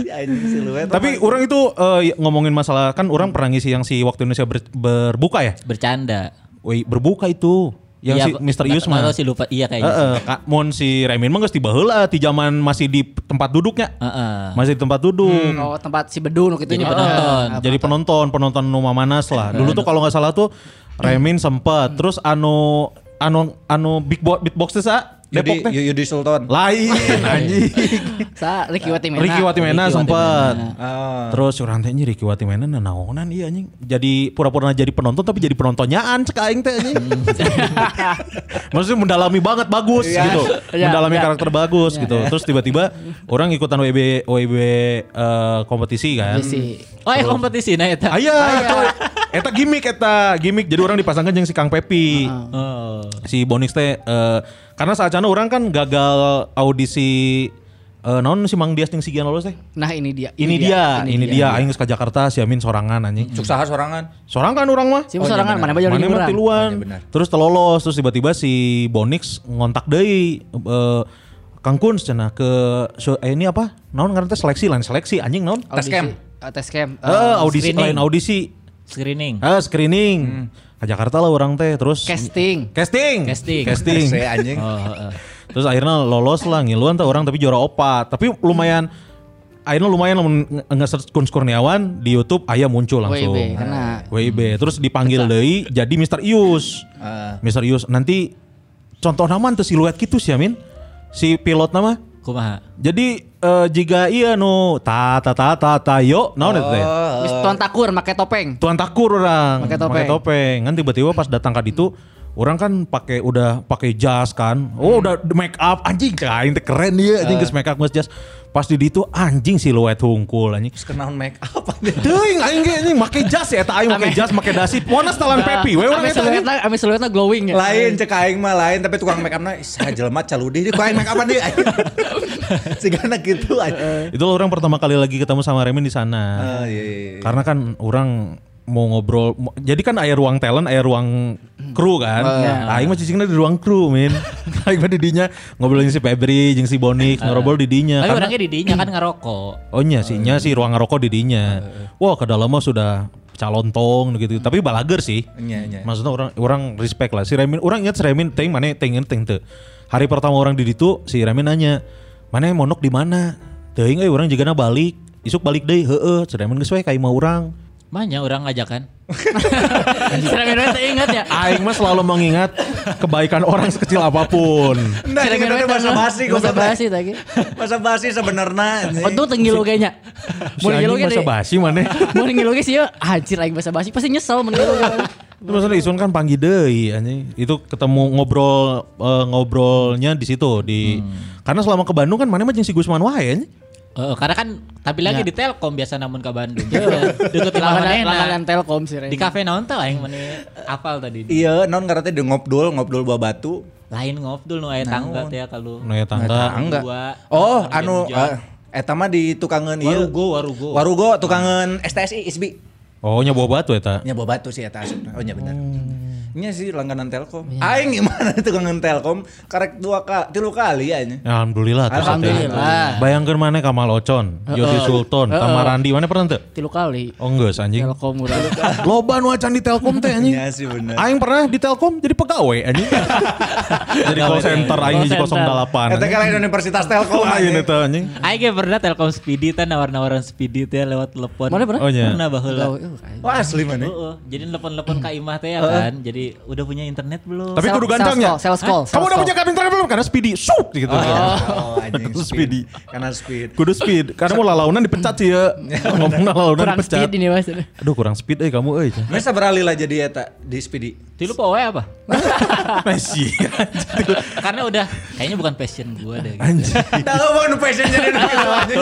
Si anjing siluet. Tapi orang itu eh, ngomongin masalah kan orang pernah ngisi yang si waktu Indonesia Ber- berbuka ya? bercanda Woi, berbuka itu. Yang Iya, si Mr. Ius nggak mah. tahu sih lupa iya Heeh, kayaknya Kak Mon si Remin mah geus di baheula di zaman masih di tempat duduknya. Heeh. Masih di tempat duduk. Oh, tempat si Bedun gitu Jadi nya. penonton. Ah, jadi penonton, penonton nu Mamanas lah. Dulu tuh kalau nggak salah tuh Remin Hmm. sempet, terus anu anu anu big bo- beatbox teh sa Yudi, Depok teh. Yudi Sultan. Lain anjing. Sa Ricky Watimena. Ricky Watimena Ricky sempet. Watimena. Ah. Terus orang teh anjing Ricky Watimena nah naonan iya anjing. Jadi pura-pura jadi penonton tapi jadi penontonnyaan cek aing teh anjing. Maksudnya mendalami banget bagus Iya. gitu. Iya, mendalami iya. karakter bagus gitu. Terus tiba-tiba orang ikutan WB WB eh, kompetisi kan. Si oh eh kompetisi nah itu Aya, eta, eta gimmick, eta gimmick. Jadi orang dipasangkan jeung si Kang Pepi. Oh. Si Bonix teh eh, karena saat orang kan gagal audisi eh, Eh naon si Mang Dias jeung si Gian lolos teh? Nah ini dia. Ini dia, ini dia aing geus ka Jakarta si Amin sorangan anjing. Cuk saha sorangan. Sorang kan orang mah. Si sorangan mana bae jadi Mana mah orang. tiluan. Iya, benar. Terus telolos, terus tiba-tiba si Bonix ngontak deui eh, Kang Kun cenah ke so, eh, ini apa? Naon ngaran teh seleksi lain seleksi anjing naon? Audisi. Tes camp. Eh, Tes camp. Eh audisi screening. lain audisi. Screening. Ah screening. Ke Jakarta lah orang teh terus Casting. Casting. Casting. Casting. Saya anjing. Oh, heeh. Terus akhirnya lolos lah ngiluan tuh orang tapi juara opat. Tapi lumayan akhirnya lumayan lamun nge- nge-search Kun Kurniawan di YouTube ayah muncul langsung. WIB, kena. WIB. Terus dipanggil deui jadi Mr. Ius. Ah. Mr. Ius nanti contoh nama teu siluet gitu sih Amin. Si pilot nama. Kumaha? Jadi eh, jika iya nu ta ta ta ta ta yo naon eta teh? Mis Tuan Takur pakai topeng. Tuan takur orang Pakai topeng. Pakai topeng. Kan tiba-tiba pas datang ke itu orang kan pakai udah pakai jas kan. Hmm. Oh udah make up anjing kain teh keren dia Eh. anjing geus make up geus jas. Pas di ditu anjing siluet hungkul anjing. Terus kenaun make up anjing. Teuing aing ge anjing make jas ya eta aing make jas make dasi. Ponas talan pepi we urang Nah, Ame eta anjing. siluetna, ame siluetna glowing ya. Lain cek aing mah lain tapi tukang make up-na saha jelema caludih dia ku aing make up dia. Sigana gitu anjing. Itu orang pertama kali lagi ketemu sama Remin di Eh. sana. Ah, iya, iya, iya. Karena kan orang mau ngobrol, mo- jadi kan air ruang talent, air ruang kru kan. Nah, Aing mah cicingnya di ruang kru, min. Aing mah didinya ngobrolin si Febri, jeung si Bonix, ngobrol didinya. Tapi Ya, Karena, orangnya didinya kan ngerokok. oh nya sih, nya sih ruang ngerokok didinya. Wah, ke dalam mah sudah calontong gitu, tapi balager sih. Nya nya. Maksudnya orang orang respect lah. Si Remin, orang ingat si Remin, ting mana ting ini, ting teu. Hari pertama orang di situ, si Remin nanya, mana yang monok di mana? Teuing euy orang jigana balik. Isuk balik deui, heeh. Si Remin geus we ka imah urang. Banyak orang ngajakan. Cermin teh ingat ya. Aing mah selalu mengingat kebaikan orang sekecil apapun. Nah, ini Cermin kan teh bahasa mah. basi Bahasa basi tadi. Bahasa basi sebenarnya. anjing. Untung tenggilu ge nya. Si Mun ngilu anjing ge masa deh. basi mana? Mun ngilu ge sih ya anjir aing bahasa basi pasti nyesel gitu. mun ngilu ge. Itu maksudnya Isun kan panggi deui anjing. Itu ketemu ngobrol eh, ngobrolnya di situ di karena selama ke Bandung kan mana mah jeung si Gusman wae anjing. Eh, karena kan tapi lagi di Telkom biasa namun ke Bandung. Deket lawanan Langganan Telkom sih. Di kafe naon tau aing meni apal tadi. Iya, non karena teh di ngobdol, ngobdol buah batu. Lain ngobdol nu aya tangga teh ya kalau. Nah, ya tangga. Ah, Enggak. Dua. Oh, Ada anu hujan. eh, eta mah di tukangan ieu. Warugo, warugo. Ah. Warugo tukangan STSI ISBI. Oh nya bawa batu eta. Nya bawa batu sih eta asupna. Oh nya bener. Hmm. Nya sih langganan Telkom. Iya. Aing gimana tukangan Telkom karek dua kali, tilu kali ya nya. Alhamdulillah tuh Alhamdulillah. satenya. Bayangkeun mana Kamal Ocon, Yodi Sultan, Tamarandi mana pernah teu? Tilu kali. Oh enggak anjing. Telkom urang. Loba nu acan di Telkom teh anjing. Iya sih bener. Eh. Aing pernah di Telkom jadi pegawai anjing. jadi call center aing Call di 08. center. Eta anjing. kalian Universitas Telkom Lain Eh, anjing. itu anjing. Aing ge pernah Telkom Speedy teh nawar-nawaran Speedy teh lewat telepon. Mana pernah? Oh, nya. Pernah baheula. Gawe, eh, aing. Wah asli mana. Heeh, jadi telepon-telepon ka imah teh ya kan. Jadi udah punya internet belum? Tapi Sales- kudu gancangnya. sales call, sales call, Kamu udah sales punya kabin internet belum? Karena speedy, shoot gitu. Iya. Oh anjing Aduh, speedy. speed. Karena speed. Kudu speed. Karena mau lalaunan dipecat sih ya. Ngomong lalaunan Kurang dipecat. speed ini Mas. Aduh kurang speed eh kamu eh. Masa beralih lah jadi eta di speedy. Tilu poe apa? Messi. Karena udah kayaknya bukan passion gua deh. gitu. Anjing. Dah mau nu passion jadi nu kieu, anjing.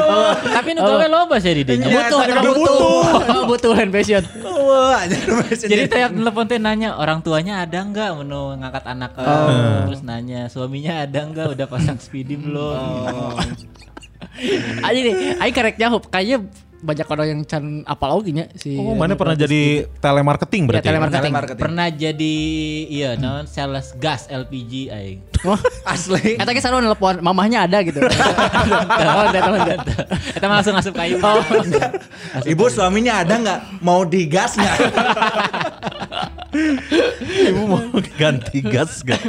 Oh. Tapi nu gawe loba sih di dinya. Iya, Butuh, sekarang butuh. Oh, Butuh hand fashion. Wah, anjing nu passion Jadi jadi. Hmm. tiap telepon teh nanya orang tuanya ada nggak menu ngangkat anak Oh. terus nanya suaminya ada nggak udah pasang speedy Hmm. belum Oh, Aja nih, aing karek nyahup kayaknya banyak orang yang can apal oge nya si Oh mana pernah jadi telemarketing ya, berarti? ya? telemarketing. Telemarketing. pernah jadi iya non sales gas LPG aing Wah, Asli. Oh. Eta ge sarua nelpon, mamahnya ada gitu. Telepon, telepon. kita langsung asup kayu oh. Ibu suaminya ada nggak? Mau digas nggak? Ibu mau ganti gas gak?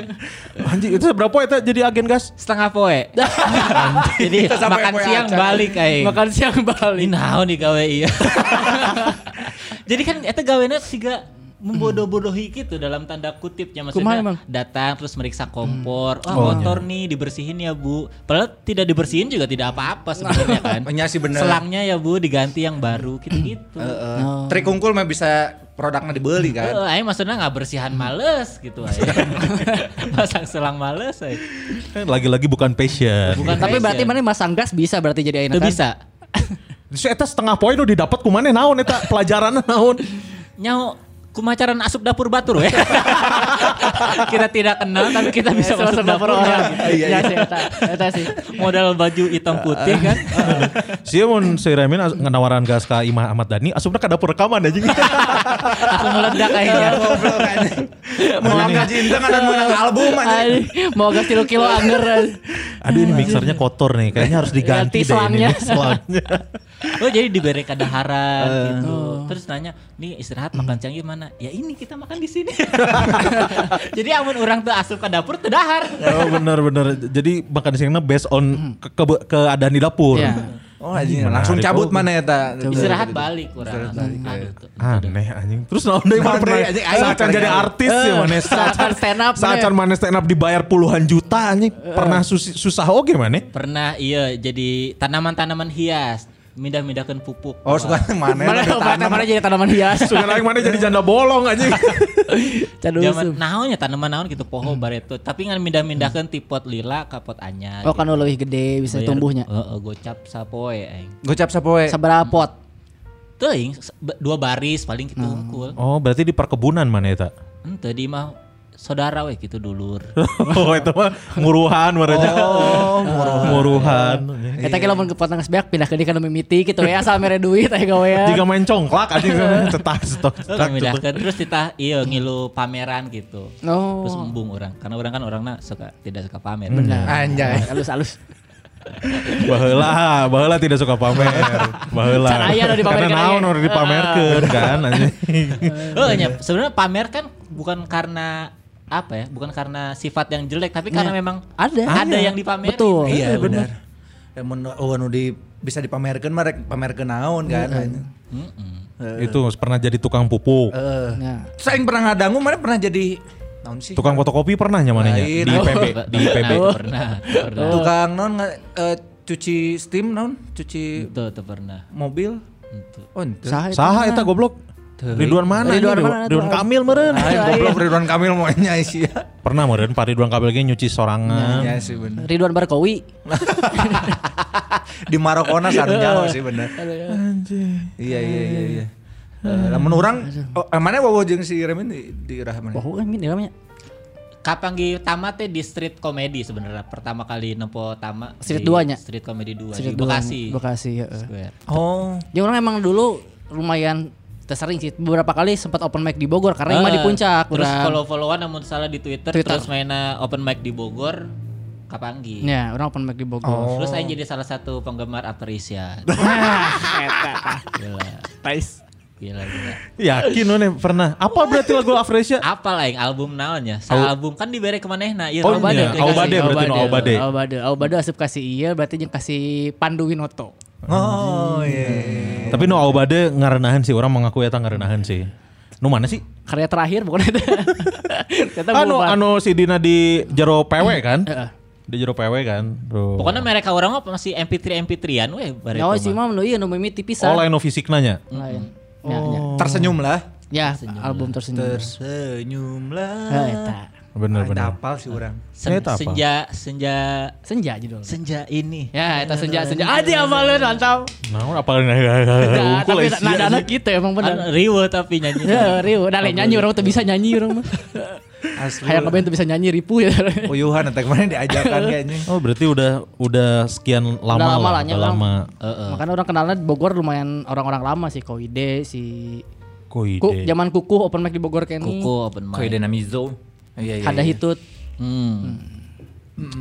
Anjing itu berapa eta jadi agen gas? setengah poe jadi Kita sampai makan poe siang acan. balik aing Makan siang ini Bali. naon nih gawe iya jadi kan eta gawena siga membodoh-bodohi gitu dalam tanda kutipnya maksudnya Kumaha emang? datang terus meriksa kompor wah motor nih dibersihin ya bu padahal tidak dibersihin juga tidak apa-apa sebenarnya kan Iya sih bener. selangnya ya bu diganti yang baru gitu-gitu Heeh. Trik unggul mah bisa produknya dibeli Eh, kan. aing maksudnya nggak bersihan males gitu aja. Pasang selang males aja. Eh, Lagi-lagi bukan passion. Bukan Tapi berarti fashion. mana masang gas bisa berarti jadi ayeuna Itu kan? Iya, bisa. Terus eta setengah poin udah didapat kumane naon eta pelajaran naon. Nyau kumacaran asup dapur batur we. kita tidak kenal tapi kita bisa masuk dapur orang. Iya sih, eta eta sih. Modal baju hitam putih kan. Sih mun si Remin as- ngenawaran gas ka Imah Ahmad Dhani, asupna ka dapur rekaman anjing. Aku meledak ya. akhirnya. Goblok kan. Mau Aduh, angkat jinteng ada menang album aja. Ay, mau agak kilo kilo anger. Aduh ini mixernya kotor nih, kayaknya harus diganti Ganti deh ini selangnya. selangnya. Oh jadi diberi kadaharan gitu. Terus nanya, nih istirahat makan canggih mana? Ya ini kita makan di sini. jadi amun orang tuh asup ke dapur teu dahar. Oh bener bener. Jadi makan di sini based on ke, ke- keadaan di dapur. Iya. Oh anjing Menarik. langsung cabut mana ya ta? Istirahat balik orang. Aduh, tuh. Aneh anjing. Terus naon deui Naon mana? deui, anjing, aing Saat can kerja. jadi artis ya mana? Saat Saat stand up, saat mana? can mana stand up Eh. dibayar puluhan juta anjing. Pernah susi- susah oge mana? Pernah iya jadi tanaman-tanaman hias mindah-mindahkan pupuk. Oh suka mana? Mana Ada obatnya tanam. mana jadi tanaman hias. Sugan aing mana jadi janda bolong anjing. Cadu Zaman usum. naonnya tanaman naon gitu poho Hmm. bareto tapi ngan mindah-mindahkan tipot lila ka pot anyar. Oh kan lebih gede bisa Bayar- tumbuhnya. Heeh, gocap sapoe aing. Gocap sapoe. Seberapa pot? Teuing se- be- dua baris Nah. paling gitu unggul. Oh berarti di perkebunan mana eta? Ente di mah saudara we gitu dulur. Oh itu mah nguruhan mereka. Oh nguruhan. Kita kira mun ke potong sebeak pindah ke dia kan mimiti gitu ya asal mere duit ya. aya Jika gawean. main congklak anjing cetak cetak cetak. cetak. Memindahkan terus kita iya ngilu pameran gitu. Oh. Terus embung orang karena orang kan orangnya suka tidak suka pamer. Ah, Anjay. Nah, Halus-halus. Baheula, baheula tidak suka pamer. Baheula. Can aya Ah. nu dipamerkeun Karena naon aja. nu dipamerkeun kan anjing. Oh, iya. sebenarnya pamer kan bukan karena apa ya? Bukan karena sifat yang jelek tapi karena Iya. memang Ada. ada Ada. yang dipamerin. Betul. Iya benar. Mun oh anu di bisa dipamerkeun mah rek pamerkeun naon kan. Itu pernah jadi tukang pupuk. Heeh. Nah. Terus aing pernah ngadangu mana pernah jadi naon sih? Tukang fotokopi pernah nyamananya Lain. di Oh. IPB, di IPB. Pernah, pernah, pernah. Tukang naon nge- eh, cuci steam naon? Cuci Itu, itu pernah. mobil. Itu. Oh, ente. Saha eta? Saha eta goblok? Ridwan mana? Ridwan ini? mana Ridwan tuh? Kamil meren. Nah, Aing goblok Ridwan Kamil mau nya sih. Pernah meren Pak Ridwan Kamil ge nyuci sorangan. Nya Iya sih bener. iya. Ridwan Barkowi. Di Marokona sarenya sih bener. Iya iya iya iya. Eh, Lamun orang oh, eh, mana wowo jeung si Remin di, di ya? Irah mana? Wah, kan min namanya. Kapanggi Tama teh di street comedy sebenarnya pertama kali nempo Tama Street di dua nya? Street comedy 2 Sejak di dulu. Bekasi. Bekasi, heeh. Square. Oh. Ya orang emang dulu lumayan tersering sih beberapa kali sempat open mic di Bogor karena emang Ah, di puncak Terus orang. follow-followan namun salah di Twitter, Twitter. terus mainnya open mic di Bogor Kapanggi. Ya, orang open mic di Bogor. Oh. Terus saya jadi salah satu penggemar After Asia. gila. Gila, gila. Yakin lu nih pernah. Apa berarti lagu Afresia? Apa lah yang album naonnya? Sa album kan dibere kemana nah. Iya, Oh, album iya. deh, kayak Aubade kasih. berarti, no, Aubade. Aubade. Aubade asup kasih iya berarti jeung kasih Pandu Winoto. Oh iya. Tapi nu Aubade ngarenahan sih orang mengaku eta ngarenahan sih. Nu mana sih? Karya terakhir bukan itu. Kata Anu bubar. anu si Dina di Jero PW kan? Heeh. Di Jero PW kan. Tuh. Pokoknya mereka orang mah masih MP3 MP3-an weh bare Nyawa itu sih iya, mah. mah nu ieu nu mimiti pisan. Oh lain nu fisiknanya. Lain. Ya, ya. Oh. Tersenyum lah. Ya, album tersenyum. Tersenyum Heh, lah. eta. Ada Bener bener. apal sih orang. Sen- Eta apa? senja senja Senja judul. senja ini. Ya, eta senja senja. Aja malu mantap. Naon apa nah, Ya, tapi nada anak gitu emang bener. An- Kan Riwe tapi nyanyi. Ya, Rio, udah lain nyanyi orang tuh bisa nyanyi orang mah. Asli. Kayak kemarin tuh bisa nyanyi ribu ya. Uyuhan atau kemarin diajakan kayaknya. Oh berarti udah udah sekian lama Udah lama lah, lah, udah ya, lama. Makanya orang kenalnya di Bogor lumayan orang-orang lama sih, Koide, si Koide. Ku, zaman Kukuh open mic di Bogor Kenny, Kuku open mic. Koi Dinamizo. Iya iya. ada hitut, Hmm.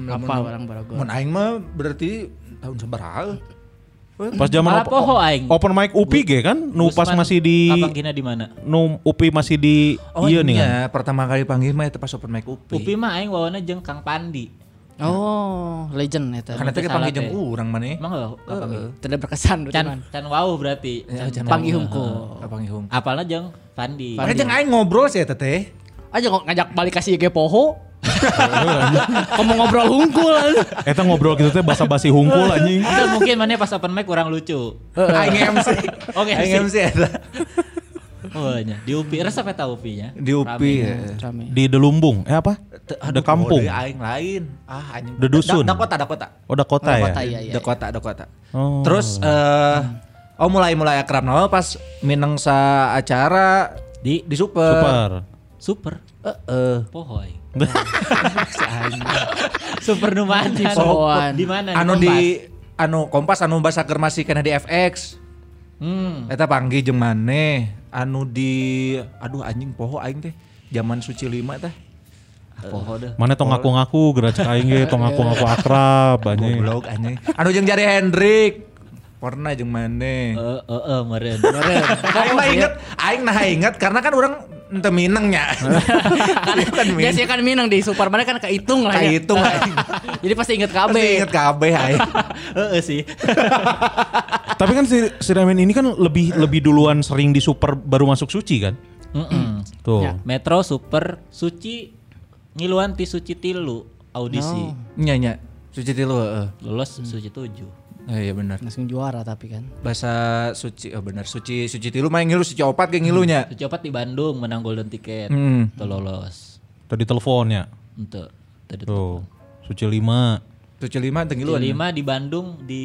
apa orang Bogor. Mun aing mah berarti tahun sabaraha? Pas zaman Malah op- poho aing. open mic UPI ge kan, nu pas Gusman, masih di Kapanggina di mana? nu UPI masih di Oh, iya nih Ya, kan. iya, pertama kali panggil mah itu pas open mic Upi. Upi mah aing wawana jeung Kang Pandi. Oh, legend itu. Karena teh salah panggil jeung teh. urang maneh. Emang lo kapangi? Tidak berkesan Can cuman. can wau berarti. Can Panggil wau. humku. Panggil hum. Apalnya jeung Pandi. Makanya jeung Eh, aing ngobrol sih eta teh. Aja kok ngajak balik kasih IG Poho. Ngomong ngobrol hungkul. Eta ngobrol gitu teh basa-basi hungkul anjing. Atau mungkin mana pas open mic kurang lucu. Aing MC. Oke, Aing sih. MC eta. Oh, nya. Di Upi resep eta Upinya. Di Upi. ya. Rame. Di Delumbung, eh apa? Te- Ada kampung. Oh, deui aing lain. Ah, anjing. Da dusun. Da, da kota, da kota. Oh, udah kota ya. Kota iya iya. Da kota, da kota. Oh. Terus eh oh mulai mulai akrab nawa pas mineng sa acara Di Di super. Super. super Eh, eh. pohoy. Nah, super numanan. Kan Soan. Di mana? anu Kompas? di anu kompas anu bahasa masih kena di FX. Hmm. Eta panggil jeung maneh anu di aduh anjing poho aing teh zaman suci lima teh. Poho deh. Mana tong ngaku-ngaku gerak aing ge tong ngaku-ngaku akrab anjing. Goblok anjing. Anu jeung jari Hendrik. Pernah jeung maneh. Eh eh eh meren. Aing mah inget, aing nah inget karena kan orang ente minengnya. Bukan Dia sih mineng. kan minang di Superman kan kehitung lah ya. Kehitung, aing. Jadi pasti inget KB. Pasti inget kabeh aing. Heeh Eh, sih. Tapi kan si, si Remen ini kan lebih lebih duluan sering di super baru masuk suci kan? Mm-mm. Tuh. Ya. Metro Super Suci ngiluan ti Suci Tilu audisi. Nya nya. Suci tilu heeh. Lolos Suci Tujuh. Eh, iya benar. Langsung juara tapi kan. Bahasa suci, oh benar suci suci tilu main ngilu suci opat ge ngilunya. Suci Opat di Bandung menang golden ticket. Hmm. Tuh lolos. Tadi teleponnya. Untuk tadi tuh. Tuh. Suci lima. Suci lima teu Suci ngiluan. Lima di Bandung di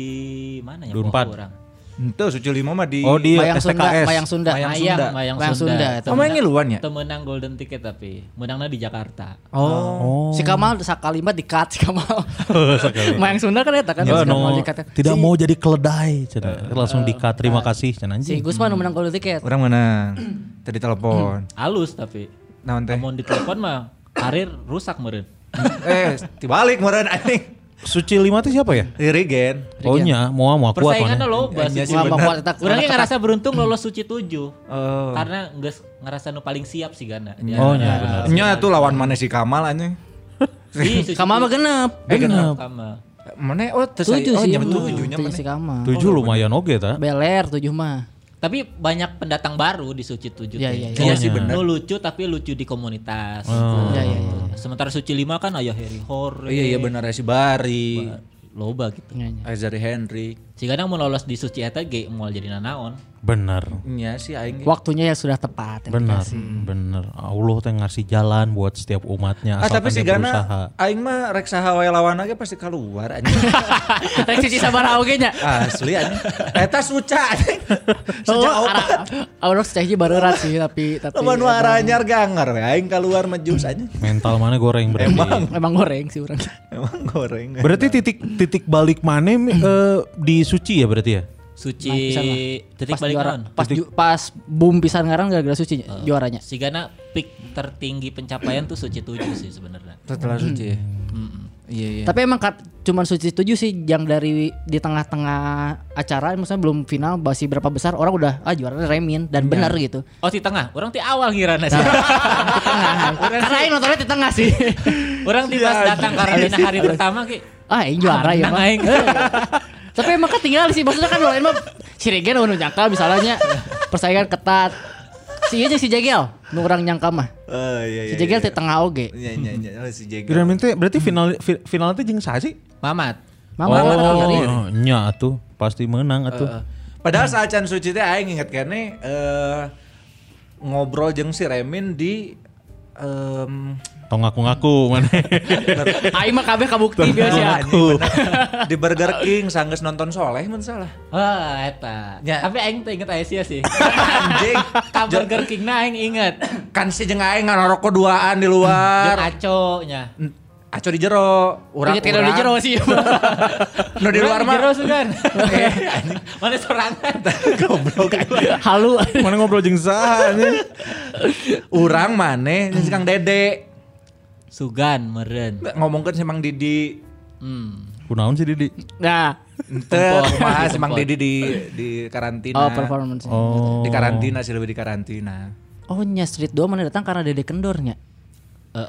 mana ya? Dun Poho Empat. orang. Ente suci lima mah di Oh di Mayang Sunda, STKS. Mayang Sunda. Mayang Mayang, Sunda. Mayang, Mayang Sunda. Sunda, Itu Oh, main menang- ngiluan ya? itu menang golden ticket tapi menangnya di Jakarta. Oh. Oh. Si Kamal sakalimat di cut si Kamal. Sakalimat. Mayang Sunda kan eta kan Ya, si no, Kamal di cut. tidak mau jadi keledai cenah. langsung di cut terima kasih cenah Si anjing. Gusman menang golden ticket. Orang mana? Tadi telepon. Halus tapi. Naon teh? Namun ditelepon mah karir rusak meren. Eh, dibalik meureun anjing. Suci lima itu siapa ya? Dirigen. Oh nya, mau mau kuat mana? Persaingannya loba Iya sih, sih. bener. kuat eta. Orangnya ngerasa beruntung lolos suci tujuh. Ya, Oh. Karena nges, ngerasa nu paling siap sih Gana. Oh, iya, benar. Nya tuh lawan mana si Kamal anjing? Si Kamal mah genep. Eh, genep. Kamal. Mana? Oh, teu saya- Tujuh oh, sih. jam mah. tujuhnya Tujuh si mana? Kamal. Tujuh lumayan oke ta. Beler tujuh mah. Tapi banyak pendatang baru di Suci 7 Iya, iya, Iya iya. sih, bener. Nu lucu tapi lucu di komunitas. Iya iya iya. Sementara Suci 5 kan ayo Harry Hore. Iya iya benar ya si Bari. Loba gitu. Iya, iya. Azari Hendrik. Si Gana mau lolos di Suci Eta ge moal jadi nanaon. Bener. Nya si aing. Waktunya ya sudah tepat. yang Bener, dikasih. bener. Allah teh ngasih jalan buat setiap umatnya. Ah tapi asalkan si dia berusaha. Gana aing mah rek saha wae lawan aja pasti keluar anjing. Rek cuci sabar oge nya. Ah, Asli anjing. Eta suca anjing. Suca Oh, opat. Orang secahji baru erat sih tapi tapi Iya, Lawan waranyar ganger we aing keluar mejus anjing. Mental mana goreng berarti. emang- emang goreng sih orang. Emang goreng. Berarti titik titik balik mana eh, di suci ya berarti ya? Suci Nah, pisan lah. titik pas balik Ah. juara, naon? pas ju- pas boom pisan ngarang gara-gara suci juaranya. Si Gana peak tertinggi pencapaian tuh Suci 7 sih sebenarnya. Setelah suci ya. Iya iya. Tapi emang kat, cuman suci tujuh sih yang dari di tengah-tengah acara maksudnya belum final masih berapa besar orang udah ah juara Remin dan benar gitu. Oh di tengah, orang di awal ngirana sih. Nah. Karena aing nontonnya di tengah sih. orang di Iya, pas datang karantina hari pertama ki. ah, aing juara ya, Menang gitu. Pak. aing. Tapi emang ketinggalan sih maksudnya kan lain mah si Regen anu nyangka misalnya persaingan ketat. Si aja si Jegel, nu urang nyangka mah. Oh iya Si Jegel di tengah oge. Iya iya iya Oh, si Jegel. Kira teh berarti final fi- final teh jeung saha sih? Mamat. Mama kan kiri. oh, nya tuh pasti menang atuh. Heeh. Padahal saat Can Suci teh aing inget kan nih eh, ngobrol jeung si Remin di em, Tong ngaku-ngaku mana. Aing mah kabeh kabukti biasa ya. Anjing, bener. di Burger King sanggeus nonton Soleh mun salah. Wah, eta. Ya. Tapi aing teh inget aja sih sih. Anjing. Ka Burger King na aing inget. Kan si jeung aing ngarokok duaan di Jeung luar. aco nya. Aco di jero, urang Ingat kalau di jero sih. Nu di luar mah. Jero sugan. Eh, Mana sorangan. Goblok. Halu. mana ngobrol jeung saha anjing. Urang maneh jeung si Kang Dede Sugan meren. ngomongkeun si Mang Didi. Hmm. Kunaon sih Didi? Nah, Ente, Empon. kumaha si Mang Empon. Didi di di karantina. oh performance. Oh. Di karantina sih lebih di karantina. Oh nya Street 2 mana datang karena Dede Kendornya.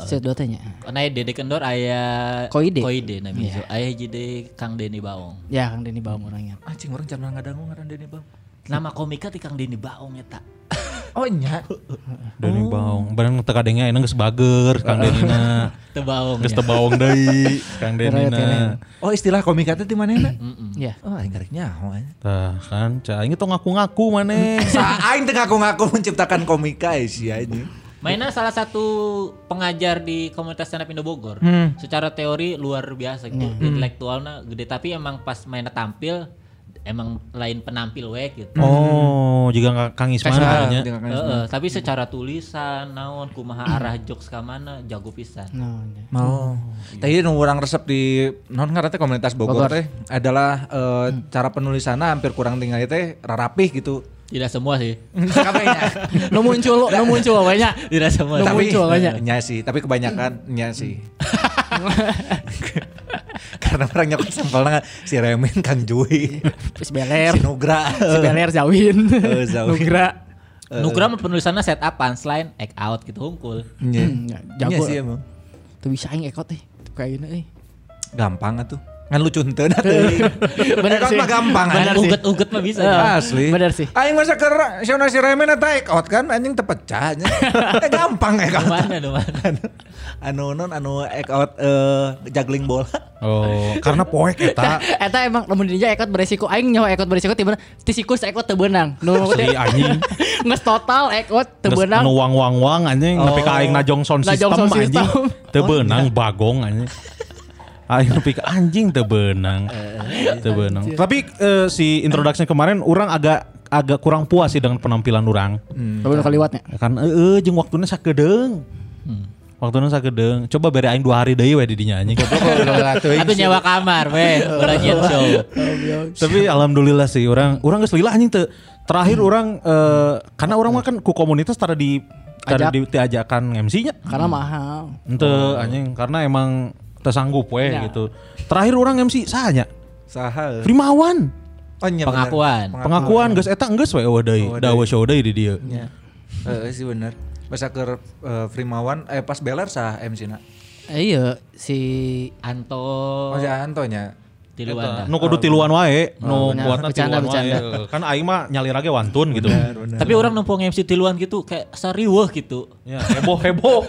Street 2 tanya. Karena Dede Kendor aya Koide. Iya. Koide na mizo. Aya jadi Kang Deni Baong. Ya Kang Deni bawa orangnya. Anjing orang jangan ngadangu ngaran Dede Bang. Nama komika ti Kang Deni Baong eta. Oh nya. Deni Baong. Barang teu kadengnya enak geus bager Kang Denina. Teu Baong. ya. Geus teu baong deui Kang Denina. Oh istilah komika teh di manehna? Ya. Oh aing karek nyaho anjing. Tah kan, cah ini tuh ngaku-ngaku mana. Sa Ah, aing teu ngaku-ngaku menciptakan komika eh, si anjing. Mainnya salah satu pengajar di komunitas stand up Indo Bogor. Hmm. Secara teori luar biasa gitu. Intelektualnya gede tapi emang pas mainnya tampil emang lain penampil we gitu. Oh, juga Kang Isman Kasar, kayaknya. dengan Kang Heeh, Isman. tapi secara tulisan naon kumaha arah jokes ka mana jago pisan. No, no. Oh. Tadi nu orang resep di non ngarana teh komunitas Bogor, Bogor. teh adalah eh, cara penulisanna hampir kurang tinggal teh rarapih gitu. Tidak semua sih. Kabehnya. Nu muncul, nu muncul banyak. Tidak semua. Lu Tapi muncul banyak. Nya sih, tapi kebanyakan nya sih. Karena orang nyokot sampelna si Remin Kang Jui, Si si Beler, Nugra, si Beler Zawin, Eh, Zawin. Nugra. Nugra mah penulisannya set up punchline, act out gitu hungkul. Nya. Ya, Nya jago. Iya. sih emang. Tuh bisa aing ekot eh. Tuh kayak gini eh. Gampang atuh. Kan Ngan lucu henteu na teuing. Bener Ekot sih. Eh, kan mah gampang Bener anjing. sih. Uget-uget mah bisa. Eh. Asli. Bener sih. Aing masa ke Shona si Remen eta take out kan anjing terpecah nya. Eh, gampang ya Di kan. Mana di mana. Anu non anu take out eh, juggling bola. Oh, karena poek Ah. eta. Eh, Eta emang lamun di ekot beresiko aing nyawa ekot beresiko tiba ti sikus ekot teu beunang. Nu Asli anjing. nges total ekot teu Terus beunang. anu wang wang wang anjing, Oh. nepi ka aing najong sound Najong system sound anjing. system. Oh, iya. Teu beunang bagong anjing. Aing nepi ka anjing teu beunang. Eh, Teu beunang. Tapi eh, si introduction kemarin orang agak agak kurang puas sih dengan penampilan orang. Teu beunang kaliwatnya. Kan eh jeung waktuna sakedeung. Hmm. Waktuna sakedeung. Coba bere aing dua hari deui we di dinya anjing. Atau nyewa kamar weh, belajar show. Tapi alhamdulillah sih orang orang geus lila anjing teu terakhir Hmm. orang eh, karena orang mah kan ku komunitas tara di tara Ajak. di diajakan MC-nya. Karena Hmm. mahal. Ente Oh. anjing karena emang tersanggup we Iya. Ya. gitu. Terakhir orang MC sahanya Saha. Primawan. Oh, nya bener. Pengakuan. Pengakuan geus eta geus we eueuh deui, Eueuh deui. da eueuh show deui di dieu. Nya. Heeh Eh, sih bener. Masa ke eh, Primawan eh pas Beler sah MC na. Eh, iya si Anto Oh, si Anto nya. di luar. Nu kudu tiluan Oh, wae, nu benar. kuatna tiluan Bercanda, wae. bercanda. Kan aing mah nyalir age wantun gitu. Nah. Tapi orang numpuk MC tiluan gitu kayak sariweuh gitu. Ya, heboh heboh.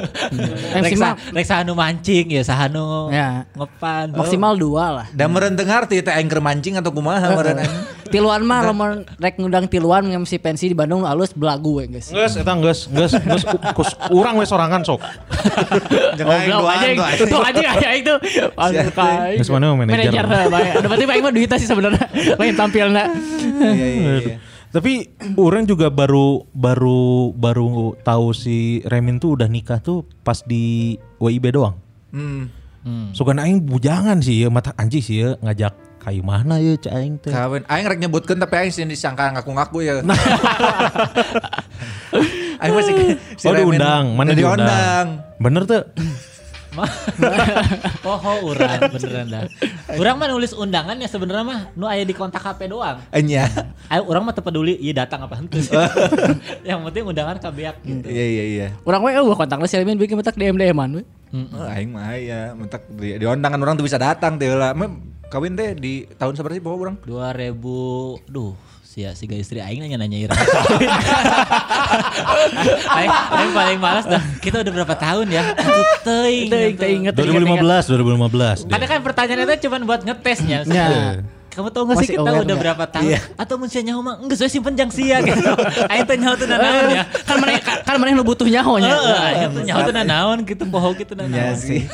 MC Reksa, mah Reksa anu mancing ya, sahanu Ya. ngepan. maksimal dua lah. Da meureun teu ngarti teh aing keur mancing atau kumaha Eh. meureun anjing. Tiluan mah lamun rek ngundang tiluan MC pensi di Bandung alus belagu we guys. Geus eta geus geus geus kus- urang we sorangan sok. Jangan aing doang anjing, tuh, anjing. tuh anjing kayak itu. Aduh kai. Geus mana manajer. Manajer bae. Ada berarti aing mah duitnya sih sebenarnya. Lain tampilna. Iya iya iya. Gitu. Tapi orang juga baru baru baru tahu si Remin tuh udah nikah tuh pas di WIB doang. Hmm. Sugan aing bujangan sih ya mata anji sih ya ngajak kayu mana ya cak aing teh. Kawin. Aing rek nyebutkeun tapi aing sih disangka ngaku-ngaku ya. Nah. aing masih oh diundang, Nah, mana diundang. Bener tuh. Oh, oh urang beneran dah. Urang mah nulis undangan ya sebenarnya mah nu aya di kontak HP doang. Enya. Ayo orang mah teu peduli ieu datang apa henteu. Yang penting undangan kabeak Hmm, gitu. Iya iya iya. Urang we eueuh kontak lu oh, si Remin bikin metak DM DM an we. Oh, aing mah ya, mentak di, diundang kan orang tuh bisa datang teh lah. Mem kawin teh di tahun seberapa sih bawa orang? 2000 duh sia si istri aing nanya nanya Ira. aing, aing paling malas dah. Kita udah berapa tahun ya? Aduh, teuing. Teuing gitu. teuing inget. 2015 2015. Karena dia. kan pertanyaannya itu cuma buat ngetesnya. Ya. Kamu tau gak Masih sih kita aware udah nggak? berapa tahun? Atau mun sia nyaho mah enggak saya simpen jang sia gitu. Aing teh nyaho teu nanaon ya. Kan mana kan mana nu butuh nyaho nya. Heeh, aing teh nyaho teu nanaon gitu, poho gitu Iya nanaon. sih.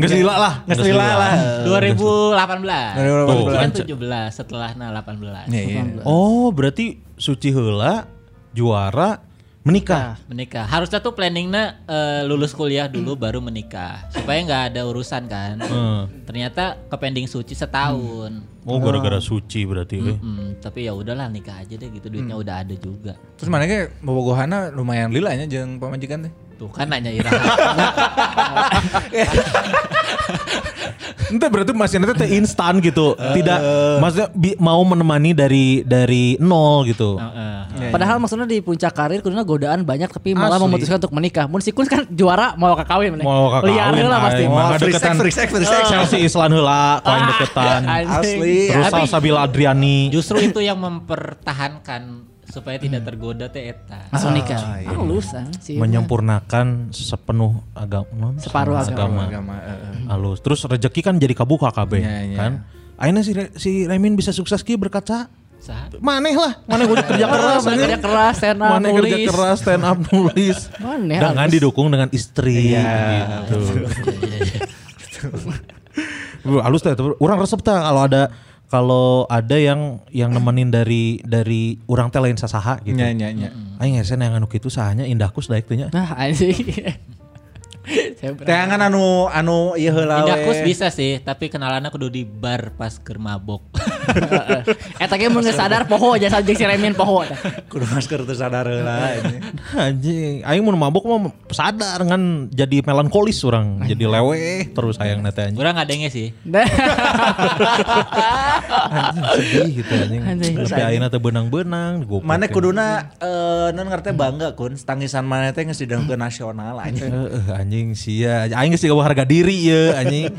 Geus lila lah, Geus lila lah. 2018. Tuh. Bukan Iya 17 setelahnya 18. iya. Oh, berarti Suci Heula juara menikah. Menikah. Harusnya tuh planningnya eh, lulus kuliah dulu baru menikah. Supaya nggak ada urusan kan. Hmm. Ternyata ke pending suci setahun. Oh, gara-gara Suci berarti. eh. Mm, tapi ya udahlah nikah aja deh gitu duitnya udah ada juga. Terus mana ge bobogohana lumayan lila nya jeung pamajikan teh. Tuh kan nanya Ira. Ente berarti masih nanti teh instan gitu. Tidak maksudnya bi- mau menemani dari dari nol gitu. Heeh. Padahal maksudnya di puncak karir kuduna godaan banyak tapi malah Asli. memutuskan untuk menikah. Mun si Kun kan juara mau kakawin mana. Mau kakawin, Liar heula aing. pasti. Maka free deketan. sex, free sex, free sex. Chelsea Islan heula, koin deketan. iya, Asli. Terus Tapi- Iya, Salsabila Adriani. Justru itu yang mempertahankan supaya tidak tergoda teh eta. Langsung nikah. ah, Halusan sih. menyempurnakan sepenuh agama Separuh agama. Agama, eh, eh. halus terus rezeki kan jadi kabuka KB Iya, iya. kan akhirnya si, Re- si Remin bisa sukses ki berkaca Saha? maneh lah maneh udah kerja keras Mana anjing. Eh, kerja keras, stand up, maneh kerja nulis. keras stand up nulis Maneh Iya, dengan halus. didukung dengan istri Iya, gitu halus tuh orang resep tuh kalau ada kalau ada yang yang nemenin dari dari urang teh lain sasaha gitu. Iya, Nya nya nya. Aing ngesen yang anu kitu sahanya indahkus daek teh nya. Nah anjing. Saya Teh pernah- angan anu anu ieu heula we. Indakus bisa sih, tapi kenalannya kudu di bar pas keur mabok. Eta ge Eh, mun geus sadar poho aja sajeng si Remin poho. Kudu masker teu sadar heula ini. Anjing, aing mun mabok mah sadar ngan jadi melankolis orang, jadi lewe terus sayang teh anjing. Kurang adanya sih. Anjing sedih gitu anjing. Anjing. Tapi ayeuna teh benang-benang digopokin. Mana Nah, kuduna eh non ngerti bangga kun tangisan mana teh geus didengkeun nasional anjing. Heeh, anjing sia, aing geus eueuh harga diri ya anjing.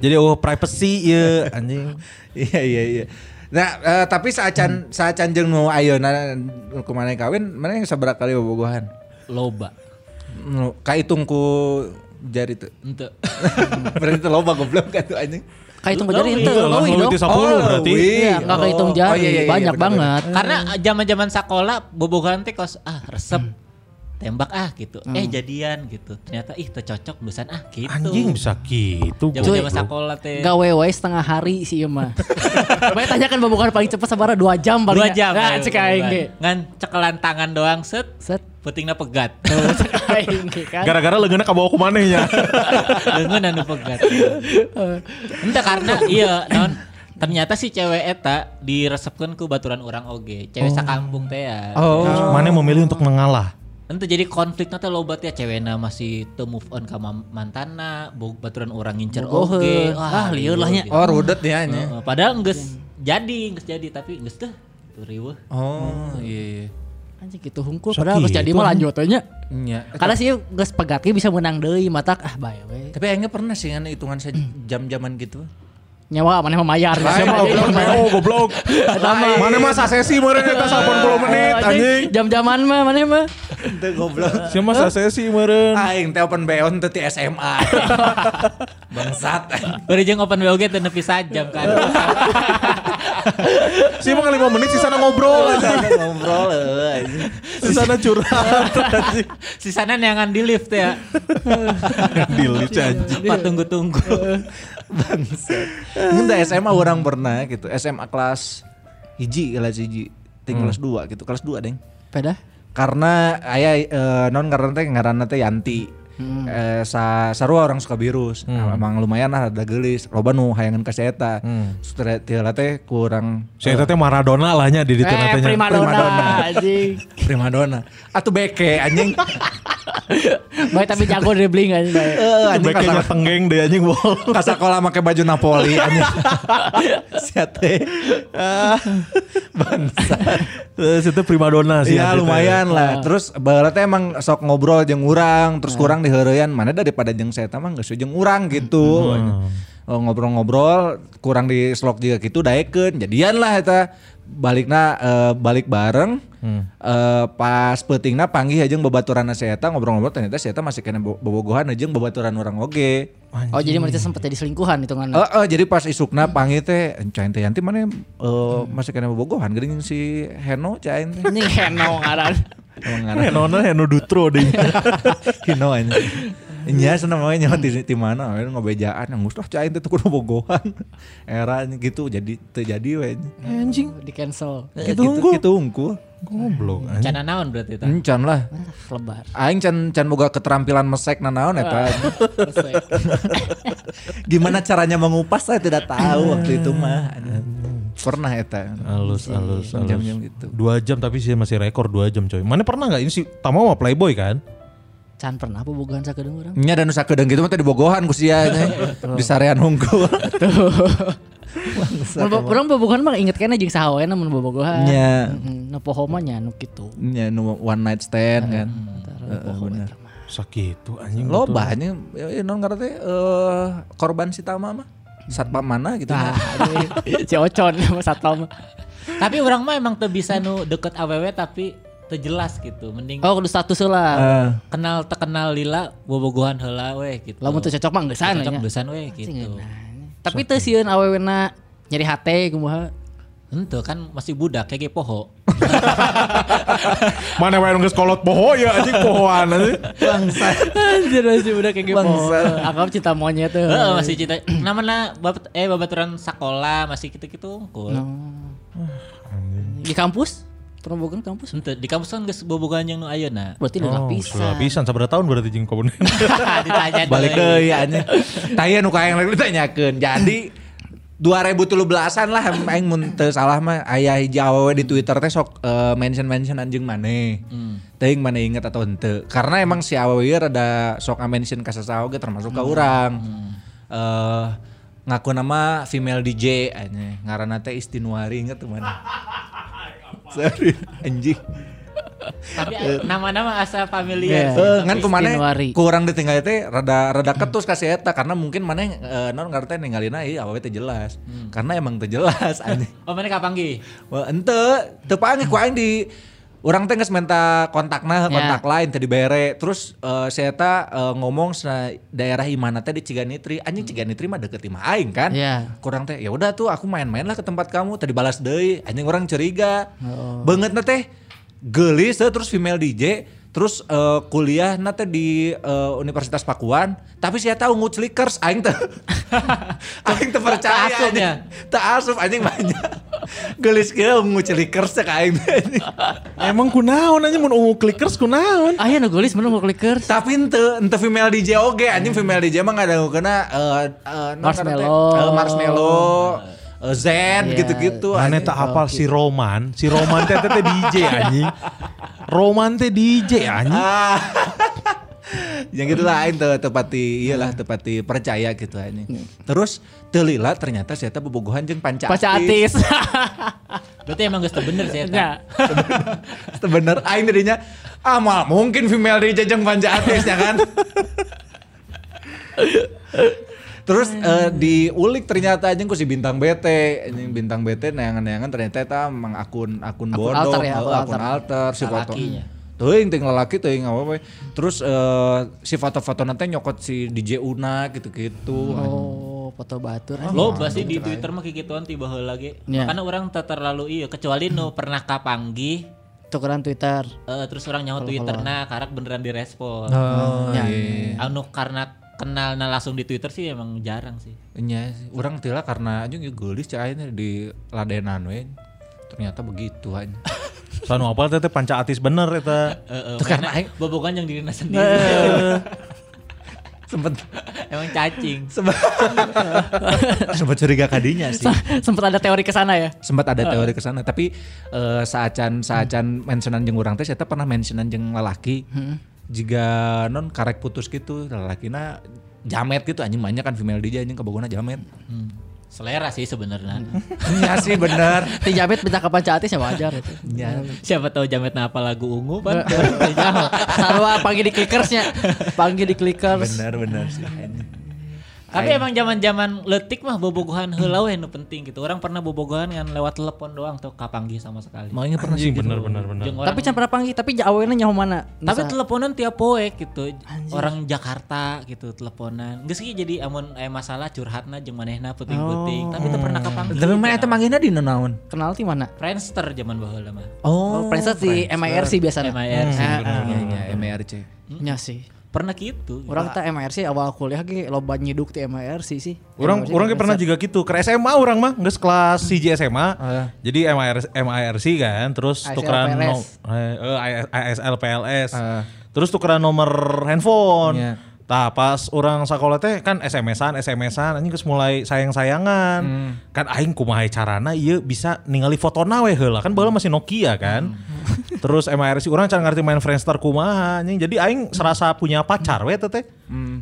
Jadi eueuh privacy ya anjing. Iya iya iya. Nah, eh, tapi saacan saacan jeung nu ayeuna kumaha kawin, mana yang sabaraha kali bobogohan? Loba. Nu kaitung ku jari tuh. Ente. Berarti teu loba goblok atuh anjing. Kaitung ke jari Leuwih. itu Langsung leuwih dong. di 10 berarti. wih. Iya, enggak kehitung Oh, jari. iya, iya, iya, Banyak benar, banget. Karena Eh. zaman-zaman sekolah bobogan teh kos ah resep. Hmm. Tembak ah gitu. Eh jadian gitu. Ternyata ih tercocok besan ah gitu. Anjing bisa gitu. Zaman-zaman goblok. sekolah teh. Gawe wae setengah hari sih ieu mah. Bae tanyakan pembukaan paling cepat sabara 2 jam paling. Dua jam. iya, Nah, ayo, cek aing bobogan. ge. Ngan cekelan tangan doang set. Set. Putingna pegat. Tuh, Cek aing ge kan. Gara-gara leungeunna kabawa ku manehnya. Lengan anu pegat. Entah karena iya non ternyata si cewek eta diresepkeun ku baturan orang oge, cewek sakampung teh ya. Oh. Mana memilih untuk mengalah? Ente jadi konfliknya teh loba teh cewekna masih teu move on ka mam- mantana, bog baturan orang ngincer Bogoh, heuh. oge. Ah, lieur lah nya. gitu. Oh, rudet ya anjing. Heeh, Padahal geus jadi, geus jadi tapi geus teh riweuh. Oh, iya iya. Anjing gitu hungkul Sok padahal geus gitu, jadi mah anjing. lanjut we nya. Iya. Karena sih geus pegat ge bisa menang deui matak ah bae we. Tapi akhirnya pernah sih kan hitungan sejam-jaman gitu. Nyawa mana mah mayar. Saya mah goblok, Anjing. oh goblok. Mana mah sasesi meureun eta 80 menit anjing. Ah, Jam-jaman mah mana mah. Itu goblok. Saya mah sasesi meureun. Aing teh open beon teh ti SMA. Bangsat. Bari jeung open WG teh nepi sajam kan. Saya mah 5 menit sisana ngobrol anjing. Ngobrol eh, anjing. Sisana curhat anjing. Sisana neangan di lift teh ya. Dili anjing. Cepat tunggu-tunggu. Enggak SMA orang pernah gitu. SMA kelas hiji kelas hiji. Ting kelas 2 gitu. Kelas 2, Deng. Pedah. Karena aya eh, non karena teh ngaranna teh Yanti. Eh, sa sarua orang suka virus. Emang lumayan lah ada geulis. Loba nu hayangan ka si eta. Setelah tiala teh kurang Saya teh Maradona lah nya di Eh, tengah-tengah. primadona anjing. primadona. Atuh beke anjing. Baik tapi jago dribbling anjing bae. Eh, anjing Bekenya kasar. tenggeng deh anjing bol. Ka sakola make baju Napoli anjing. Sia teh. Eh, Saya teh primadona sih. Iya hati teh. lumayan lah. Terus baheula teh emang sok ngobrol jeung urang, terus kurang diheureun mana daripada jeung saya teh mah geus jeung urang gitu. Oh, ngobrol-ngobrol kurang di slok juga gitu daekeun jadian lah eta balikna eh, balik bareng Eh, pas peutingna panggih aja babaturan si eta ngobrol-ngobrol ternyata si eta masih kena bo- bobogohan aja babaturan orang oge Oh jadi mereka sempat jadi selingkuhan hitungan. Eh, eh, jadi pas isukna panggih teh cain teh yanti mana eh, masih kena bobogohan geuning si Heno cain teh Anjing heno ngaran. Emang ngaran. Henona Heno Dutro deh. Hino aja. Nya seneng wae nyawa Eh, di di mana awewe ngobejaan yang gustoh cain teh kudu bogohan. Era gitu jadi teu jadi we. Anjing. Di cancel. Eh, Gitu unggul. Gitu unggul. Goblok anjing. Cana naon berarti tah? Encan lah. Lebar. Aing can can boga keterampilan mesek na naon eta. Selesai. Gimana caranya mengupas saya tidak tahu waktu itu mah. Pernah eta. Alus, alus, alus. Jam-jam gitu. Dua jam tapi sih masih rekor dua jam coy. Mana pernah nggak ini si Tama sama Playboy kan? Can pernah apa bukan sakeudeung urang? Nya dan usaha kedeng gitu mah teh dibogohan ku sia nya. di sarean unggul. Bangsa. Mun urang bobogohan mah inget kana jeung saha wae mun bobogohan. Nya. Heeh, Nu poho mah nya nu kitu. Nya nu one night stand kan. Tara nu poho eta mah. Sakitu anjing. lo betul. banyak ya, non karena teh eh, korban si Tama mah satpam mana gitu nah. Tah, anjing. si Ocon sama satpam. tapi orang mah emang teu bisa nu deket aww tapi teu jelas gitu mending Oh kudu status lah. kenal terkenal lila bobogohan heula we gitu Lamun teu cocok mah geus Teu sana ya. cocok nya. besan we gitu Tapi teu sieun awewe na nyari hate kumaha. Henteu kan masih budak kayak ge poho Mana wae geus kolot poho ya anjing pohoan anjing. Bangsa. Anjir masih udah kayak gitu. Bangsa. Anggap cinta monyet tuh. Heeh, masih cinta. Namanya babat eh babaturan sekolah masih gitu-gitu. Cool. Di kampus? Terobogan kampus? Ente, di kampus kan geus bobogan jeung nu ayeuna. Berarti udah Oh, bisa. sudah pisan sabar tahun berarti jeung komponen. Ditanya Balik deui anjing. Taya nu kaayang lagi ditanyakeun. Jadi 2017-an lah aing mun teu salah mah aya hiji awewe di Twitter teh sok eh, mention-mention anjing maneh. Teuing maneh inget atau henteu. Karena emang si awewe ieu rada sok mention ka sasaho ge termasuk ka urang. Eh, ngaku nama female DJ anjing. Ngaranna teh Istinuari inget tuh maneh. Sorry anjing. Tapi Eh. nama-nama Iya. asa familiar. Eh, sih. Tapi- ngan kumane Januari. kurang ditinggal teh rada rada ketus kasih eta karena mungkin mana eh, non ngarta ninggalin ieu awewe teh jelas. Karena emang teh jelas anjing. Oh, mana kapanggi? Wah, ente teu panggih ku aing di Orang teh geus minta kontakna, kontak lain tadi bere. Terus eh, si eta eh, ngomong sa daerah imana teh di Ciganitri. Anjing Ciganitri mah deket imah aing kan. Iya. Kurang teh ya udah tuh aku main-main lah ke tempat kamu tadi balas deui. Anjing orang curiga. Bangetna teh gelis teh, terus female DJ terus eh, kuliah na teh di eh, Universitas Pakuan tapi saya tahu ungu slickers aing teh aing teh percaya Asup anjing. ya? Tak asup anjing banyak. Gelis kira ungu celikers cek aing teh, anjing. Emang kunaon anjing mun ungu clickers kunaon? Ah ya nu geulis bener mau clickers. Tapi ente ente female DJ oge anjing female DJ mah ada kena eh, eh, non Marshmello. karena teh, eh, marshmallow, eh, Zen Iya. gitu-gitu Mana anjing. tak hafal si Roman, si Roman teh teh teh DJ anjing. Roman teh DJ anjing. Ah. Yang gitu lah aing teu tepati iyalah tepati percaya gitu anjing. Terus telila ternyata saya teh bobogohan jeung panca. Paca Atis. atis. Berarti emang geus teu bener sih Ya. eta. Bener aing dirinya ah mal mungkin female DJ jeung panca atis ya kan. Terus eh, diulik ternyata anjing ku si bintang BT, anjing bintang BT neangan-neangan ternyata eta emang akun akun bodoh, alter ya, eh, akun akun alter. alter, si foto. Lalakinya. Tuh yang tinggal laki tuh yang apa Terus eh, si foto-foto nanti nyokot si DJ Una gitu-gitu. Oh, foto batur. anjing. Lo pasti di Twitter mah kayak gituan tiba heula lagi. Iya. Karena orang teu terlalu iya kecuali nu pernah kapanggi Tukeran Twitter. eh, terus orang nyawa Twitterna karak beneran direspon. Oh, Ya. iya. Anu karena kenal langsung di Twitter sih emang jarang sih. Nya, orang tila karena anjing ieu geulis cai di ladenan we. Ternyata begitu anjing. Sanu hafal teh teh panca atis bener eta. Heeh, Tuh, karena karena aing- bobogan eh, yang dirina sendiri. Sempet Emang cacing. sempet, sempet curiga kadinya sih. Sempat ada teori ke sana ya. sempat ada teori ke sana tapi eh, saacan saacan mentionan jeung urang teh saya pernah mentionan jeung lelaki jika non karek putus gitu lelakina jamet gitu anjing banyak kan female DJ anjing kebogona jamet Selera sih sebenarnya. iya sih bener Ti jamet minta ke panca atis ya wajar itu. Iya. Siapa tahu jametna apa lagu ungu pan. Sarwa Nah, panggil di clickersnya. Panggil di clickers. bener bener sih anjing. Tapi emang zaman-zaman letik mah bobogohan heula we nu penting gitu. Orang pernah bobogohan kan lewat telepon doang tuh kapanggih sama sekali. makanya pernah Anjing sih bener bener bener. Jeung orang- Tapi can pernah panggil, tapi awalnya nyaho mana? tapi Nusa- teleponan tiap poe gitu. Orang Jakarta gitu teleponan. Geus ge jadi amun aya masalah curhatna jeung manehna puting-puting. Tapi Oh. teu pernah kapanggih. tapi mana itu manggilnya di naon kenal ti mana? Friendster zaman baheula mah. Oh, Princess di MIRC biasanya. MIRC, Hmm. Nah. Ah, ah, iya iya MRC ah. Nya sih. Pernah gitu. Orang tak MIRC awal kuliah ge loba nyiduk di MIRC sih. Orang MIRC orang di ke pernah juga gitu. Ke SMA orang mah geus kelas CJ SMA. Heeh. Jadi MIR, MIRC kan terus ASL tukeran PLS. no- eh, eh, AS- ASL PLS. Heeh. Terus tukeran nomor handphone. Iya. Tah pas orang sekolah teh kan SMS-an, SMS-an anjing geus mulai sayang-sayangan. Kan aing kumaha carana ieu bisa ningali fotona we heula kan baheula masih Nokia kan. Terus MIRC orang cara ngerti main Friendster kumaha anjing. Jadi aing serasa punya pacar we teh.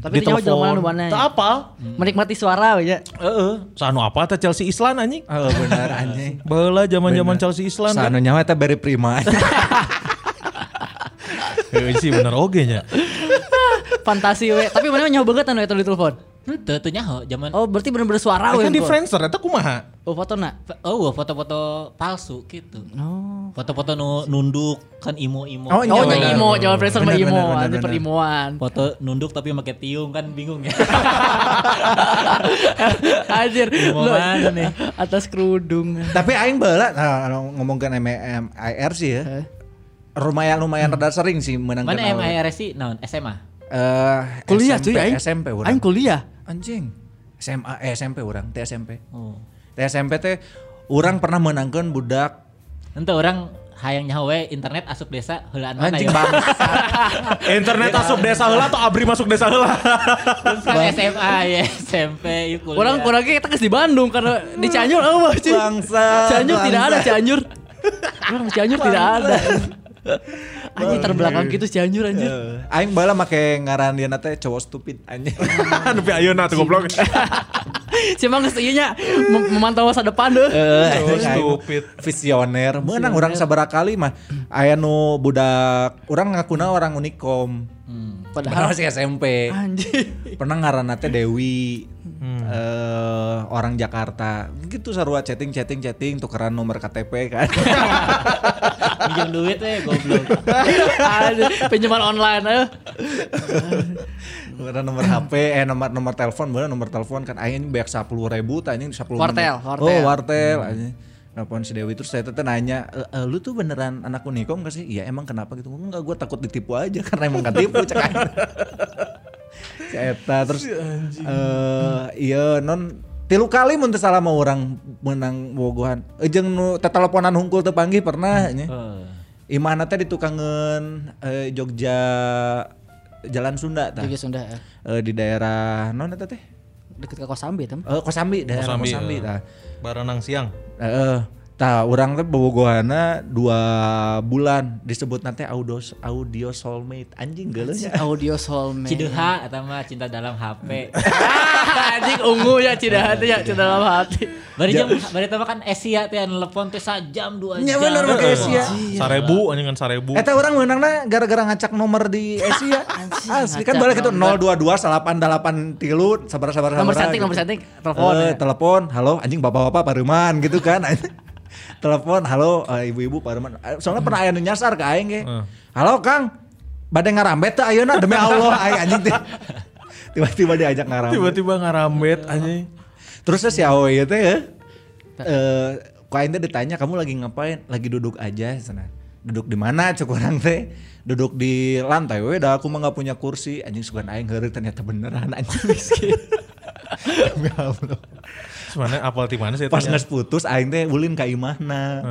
Tapi itu nyawa jaman anu mana ya? Tak apa. MIRC. Menikmati suara ya. aja. Heeh, sanu apa teh Chelsea Islan anjing? oh bener anjing Baheula zaman-zaman Chelsea Islan kan. Sanu nyawa itu beri prima anjing. Heuh, sih bener oge nya. Fantasi we, tapi mana nyaho banget anu eta di telepon. Teu teu nyaho zaman Oh berarti bener-bener suara Kan we. di Friendster eta kumaha? Oh foto na. oh foto-foto palsu gitu. Oh. Foto-foto nu- nunduk kan imo-imo. Oh, Oh, Iya, nya bener. Imo, jawaban Friendster mah Bener, Imo, bener, bener, anjir bener. perimoan. Foto nunduk tapi pakai tiung kan bingung ya. Anjir, Imo lu iya. mana nih? atas kerudung. Tapi aing nah, bala ngomongkan MIR sih ya. Lumayan lumayan rada sering sih menang Mana kenal. MIRC naon SMA? Eh, Kuliah SMP, cuy aing. SMP orang. Aing kuliah. Anjing. SMA eh, SMP orang, teh SMP. Oh. Teh SMP teh orang pernah menangkan budak Ente orang hayang nyaho we internet asup desa heulaan mana anjing ya. bang. Internet asup desa heula atau abri masuk desa heula? Terus kan SMA ya, SMP, yuk kuliah. Orang kurang kita geus di Bandung karena di Cianjur eueuh cuy. Bangsa. Cianjur tidak ada bangsa. Cianjur. Orang di Cianjur tidak ada. Anjir iya. terbelakang gitu Cianjur anjir. Eh, Aing bala make ngaran dia teh cowok stupid anjing. Nepi ayeuna tuh Iya, nah, goblok. Cuma geus ieu nya mem- memantau masa depan eh. deh. Cowok stupid. Visioner. Menang orang sabaraha kali mah. Aya nu budak orang ngakuna orang Unikom. Padahal Padahal masih SMP. anjir. Pernah ngaranna teh Dewi. eh, orang Jakarta. Gitu sarua chatting chatting chatting tukeran nomor KTP kan. minjem duit we goblok. Anjir, pinjaman online eh. Tukeran nomor HP, eh nomor nomor telepon, bener nomor telepon kan aing beak 10.000 ribu, tanya 10 Wartel, menit. wartel. Hmm. Oh, wartel anjing. Nelpon si Dewi terus saya teh nanya, "E, e, lu tuh beneran anak Unikom gak sih? Iya emang kenapa gitu? Enggak, gue takut ditipu aja karena emang ketipu cek aing. Si Eta terus eh iya non tilu kali mun teu salah mah orang menang bogohan. Ejeng nu teteleponan hungkul teu panggih pernah nya. Oh. Imahna teh di tukangan eh, Jogja Jalan Sunda tah. Juga Sunda eh. Eh, di daerah non eta teh deket ke Kosambi tem. Eh, Kosambi daerah Kosambi, Kosambi, eh. tah Baranang siang. Heeh. tah orang teh bobogohana dua bulan disebut nanti audio audio soulmate anjing geuleuh nya. Audio soulmate. Cideha eta mah cinta dalam HP. Ah, anjing ungu ya cidaha teh ya Iya. cinta dalam hati. Bari oh. Ya. jam bari teh mah kan Asia teh nelpon teh jam 2 jam. Nya bener make Asia. Sarebu anjing kan sarebu. Eta orang menangna gara-gara ngacak nomor di Asia. Asli kan ngacak balik itu nomor. 022 salapan tilu sabar sabar sabar. Nomor cantik, nomor cantik, telepon. ya. Eh, telepon, halo anjing bapak-bapak paruman gitu kan. telepon, halo eh, ibu-ibu paruman. Eh, Soalnya pernah aya nu nyasar ke aing ge. Halo Kang, bade ngarambet teh ayeuna demi Allah aing anjing teh. Tiba-tiba diajak ngarambet. Tiba-tiba ngarambet anjing. Terus si Aoi teh ya. Eh, ku aing teh ditanya kamu lagi ngapain? Lagi duduk aja sana. Duduk di mana cek orang teh? Duduk di lantai we dah aku mah nggak punya kursi. Anjing sugan aing heureuh ternyata beneran anjing miskin. Demi Allah. Sebenarnya eh, apal ti mana sih Pas nges putus aing teh ulin ka imahna.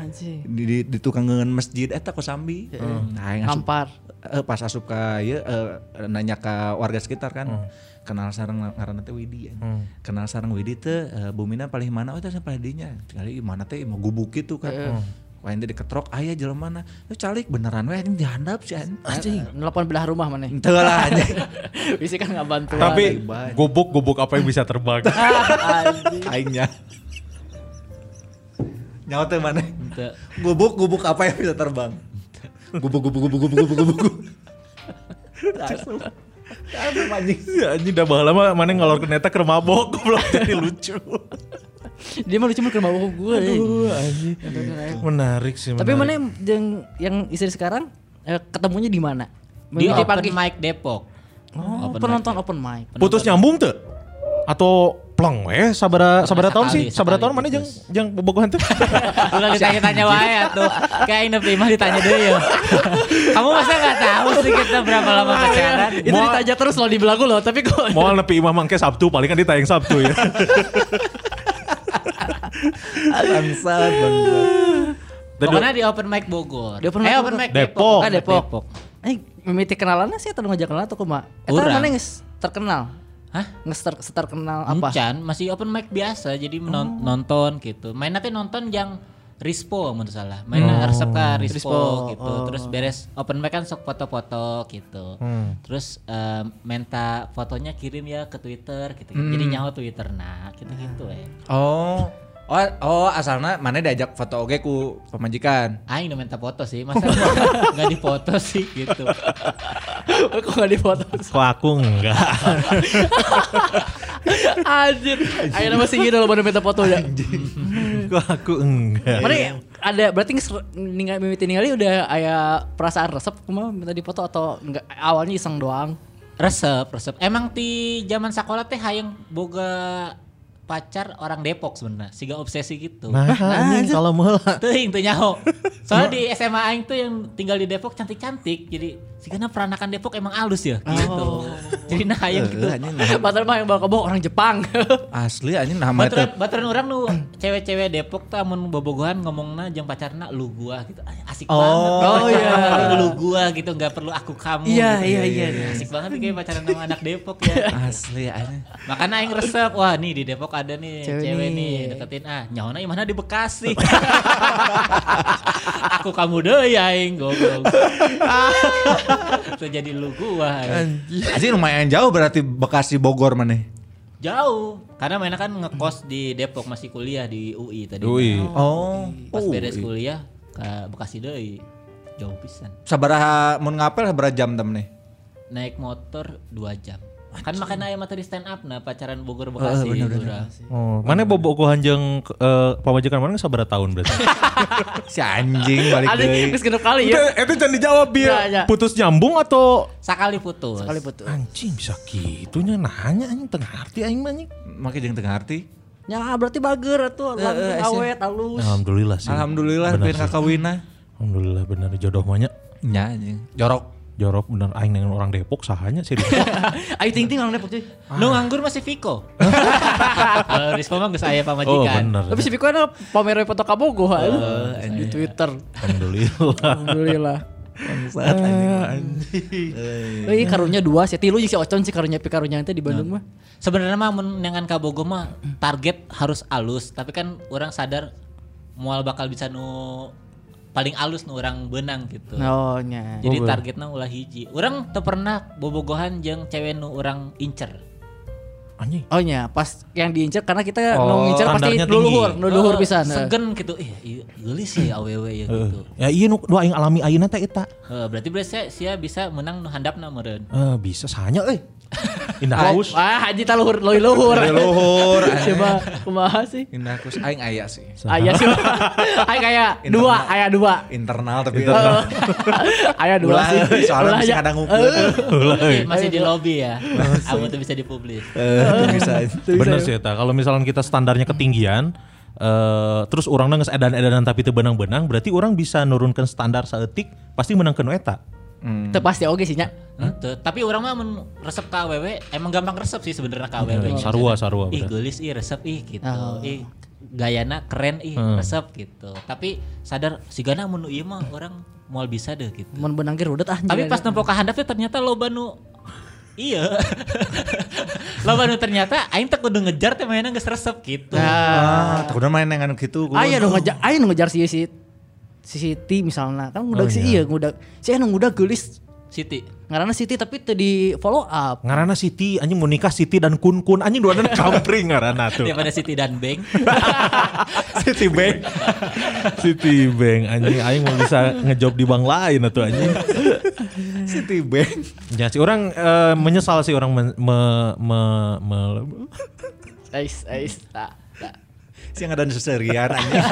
Anjing. Di, di, di tukang ngeungeun masjid "Eh, eta kosambi. Nah, aing asup- Ngampar. eh, pas asup ka ieu eh, nanya ka warga sekitar kan. Kenal sarang ngaranna teh Widi. anjing. Kenal sarang Widi teh eh, Bumina paling mana? Oh, teh paling dinya. Tinggali mana teh mau gubuk gitu kan. Lain teh diketrok aya jelema mana. Eh calik beneran we anjing dihandap sih anjing. Ah, Anjing. Nelpon belah rumah mana? Teu lah anjing. Bisa kan nggak bantu. Tapi gubuk-gubuk apa yang bisa terbang? Aingnya. Nyawa teh mana? Teu. Gubuk gubuk apa yang bisa terbang? Gubuk gubuk gubuk gubuk gubuk gubuk. gubuk. Asup. Asup anjing. Ya anjing dah bahala mah mana ngalor ke neta ke mabok goblok jadi lucu. dia mah lucu mah ke rumah eh. bokap gue. Aduh, anjing. Menarik sih. gitu. Tapi mana menarik. yang yang istri sekarang eh, ketemunya di mana? Di Memilih open pagi. mic Depok. Oh, Open penonton open mic. putus nyambung teh? Atau plong eh sabara sabara tahun sih sekali, sabara sekali tahun mana jang putus. jang bobogohan teh Ulah ditanya-tanya wae tuh. Kayak nepi mah ditanya deh ya. Kamu masa nggak tahu sih kita berapa lama pacaran? Itu Mau- ditanya terus loh di belagu loh, tapi kok moal nepi imah mangke Sabtu paling kan ditayang Sabtu ya Bangsat bangsat. Teh, Pokoknya di open mic Bogor. Di open mic eh open Bogor. mic Depok. Kan Bukan Depok. Depok. Eh, mimiti kenalannya sih atau ngajak kenal atau kumaha? Eta Urang. mana geus terkenal? Hah? Nges ter- terkenal apa? Oh. Encan masih open mic biasa jadi menon- nonton gitu. Mainnya teh nonton yang Rispo menurut salah. Mainnya resep ka Rispo, Oh. Rispo, oh. gitu. Terus beres open mic kan sok foto-foto gitu. Hmm. Terus em, minta Hmm. Ah. gitu. fotonya kirim ya ke Twitter gitu. Jadi nyawa Twitter nah gitu-gitu gitu, eh. Oh, Oh, oh asalnya mana diajak foto oge ku pemajikan. Aing udah minta foto sih, masa nggak dipoto sih gitu. Kok nggak dipoto? Kok aku enggak. Anjir. Akhirnya masih gitu loh pada minta foto ya. Kok aku enggak. Mana ya, ada berarti ngeser- ninggal mimiti ningali udah aya perasaan resep kumaha minta dipoto atau enggak awalnya iseng doang. Resep, resep. Emang di zaman sekolah teh hayang boga pacar orang Depok sebenarnya, siga obsesi gitu. Nah, anjing kalau meula. Teuing teu nyaho. Soalnya di SMA aing tuh yang tinggal di Depok cantik-cantik. Jadi sigana peranakan Depok emang alus ya Oh. gitu. Jadi nah hayang gitu. Padahal mah yang bawa kebo orang Jepang. Asli anjing nama itu. Baturan, baturan orang nu cewek-cewek Depok tuh amun bobogohan ngomongna jeung pacarna lu gua gitu. Ay, Asik Oh, banget. oh iya. Lu gua gitu nggak perlu aku kamu. Iya, gitu. iya, iya, iya. Asik banget nih kayak pacaran sama anak Depok ya. Asli anjing. Makanya aing resep, wah nih di Depok ada nih Cewek cewek, nih. nih. deketin ah, nyawana imahna di Bekasi. Aku kamu deui aing goblok. Terjadi lu gua. aing. Anjing lumayan jauh berarti Bekasi Bogor mana? Jauh, karena mainnya kan ngekos di Depok masih kuliah di UI tadi. Dui. Oh, Pas oh. beres kuliah ke Bekasi deui. Jauh pisan. Sabaraha mun ngapel sabaraha jam tam nih? Naik motor 2 jam. Kan makanya aya materi stand up nah pacaran Bogor Bekasi. gitu, urang. Oh, mana bobogohan jeung eh, pamajikan mana sabaraha tahun berarti? Si anjing balik Ada deui. geus genep kali ya. Itu jangan dijawab Iya, iya. Putus nyambung atau Sekali putus. Kali betul. anjing bisa gitunya nanya anjing tengah hati aing mah anjing. Make jeung tengah arti. Ya berarti bager atuh langsung awet alus. Alhamdulillah sih. Alhamdulillah Bener pin sih. kakawina. Alhamdulillah benar jodoh banyak. Nya anjing. Jorok. Jorok bener aing dengan orang Depok sahanya sih. Ayo ting ting orang Depok cuy. Nu nganggur masih Viko. Kalau Rispo mah geus oh aya pamajikan. bener. Tapi si Piko ada pamer foto kabogo Eh, di anjing. Twitter. Alhamdulillah. Alhamdulillah. Eh. Ah, anjing. Ini karunya dua sih. Tilu jeung si Ocon sih karunya pi karunya teh di Bandung mah. Sebenarnya mah mun dengan Kabogo mah target harus alus, tapi kan orang sadar mual bakal bisa nu paling alus nu orang benang gitu. Oh nya. Jadi targetnya ulah hiji. Orang teu pernah bobogohan jeung cewek nu orang incer. Anjing. Oh nya, pas yang diincer karena kita Oh, mau ngincer pasti standarnya nu tinggi. luhur, nu luhur Eh, pisan. Segen gitu. Ih, ieu geulis ya awewe ya gitu. Ya iya nu dua aing alami ayeuna teh eta. Eh, berarti berarti sia bisa menang nu handapna meureun. Eh bisa sahanya euy. Indah Ah, haus. Wah, Haji tak luhur, leuy luhur. Leluhur. Coba kumaha sih? Indah kus aing aya sih. Aya sih. Aya kayak Internal. dua, aya dua. Internal tapi Aya dua Ulah, sih. soalnya Ulah, masih ya. kadang ngukur. Masih, masih di lobby ya. Kamu tuh bisa dipublis. Eh, Bener sih eta. Kalau misalkan kita standarnya ketinggian eh terus orang nangis edan-edanan tapi teu benang-benang berarti orang bisa nurunkan standar saeutik pasti menang nu eta. Hmm. Teu pasti oge sih nya. Tuh, Gitu. tapi orang mah mun resep ke AWW emang gampang resep sih sebenarnya ke AWW. Bener, Iya, sarua, sarua, Iya, gitu. bener. Ih gelis ih resep ih gitu. Oh. Ih gayana keren ih Hmm. resep gitu. Tapi sadar sigana mun nu ieu mah orang moal bisa deh gitu. Mun benang ge rudet ah. Tapi anjir. pas nempo ka handap teh ternyata loba nu Iya. loba nu ternyata aing teh kudu ngejar teh mainan geus resep gitu. Ah, takutnya main yang anu gitu. kudu. Aya nu ngejar, aya nu ngejar si si si Siti misalnya kan Oh, ngudag si iya. iya ngudag si anu ngudag geulis Siti. ngaranna Siti tapi teu di follow up. Ngarana Siti anjing mau nikah Siti dan Kun Kun anjing dua dan kampring ngarana tuh. Daripada Siti dan Beng. Siti Bank. Siti Bank anjing aing mau bisa ngejob di bank lain atuh anjing. City Bank. Ya si orang eh, menyesal sih orang men- me- me- me- Ais ais. Tah, tah. Siang ada seserian anjing.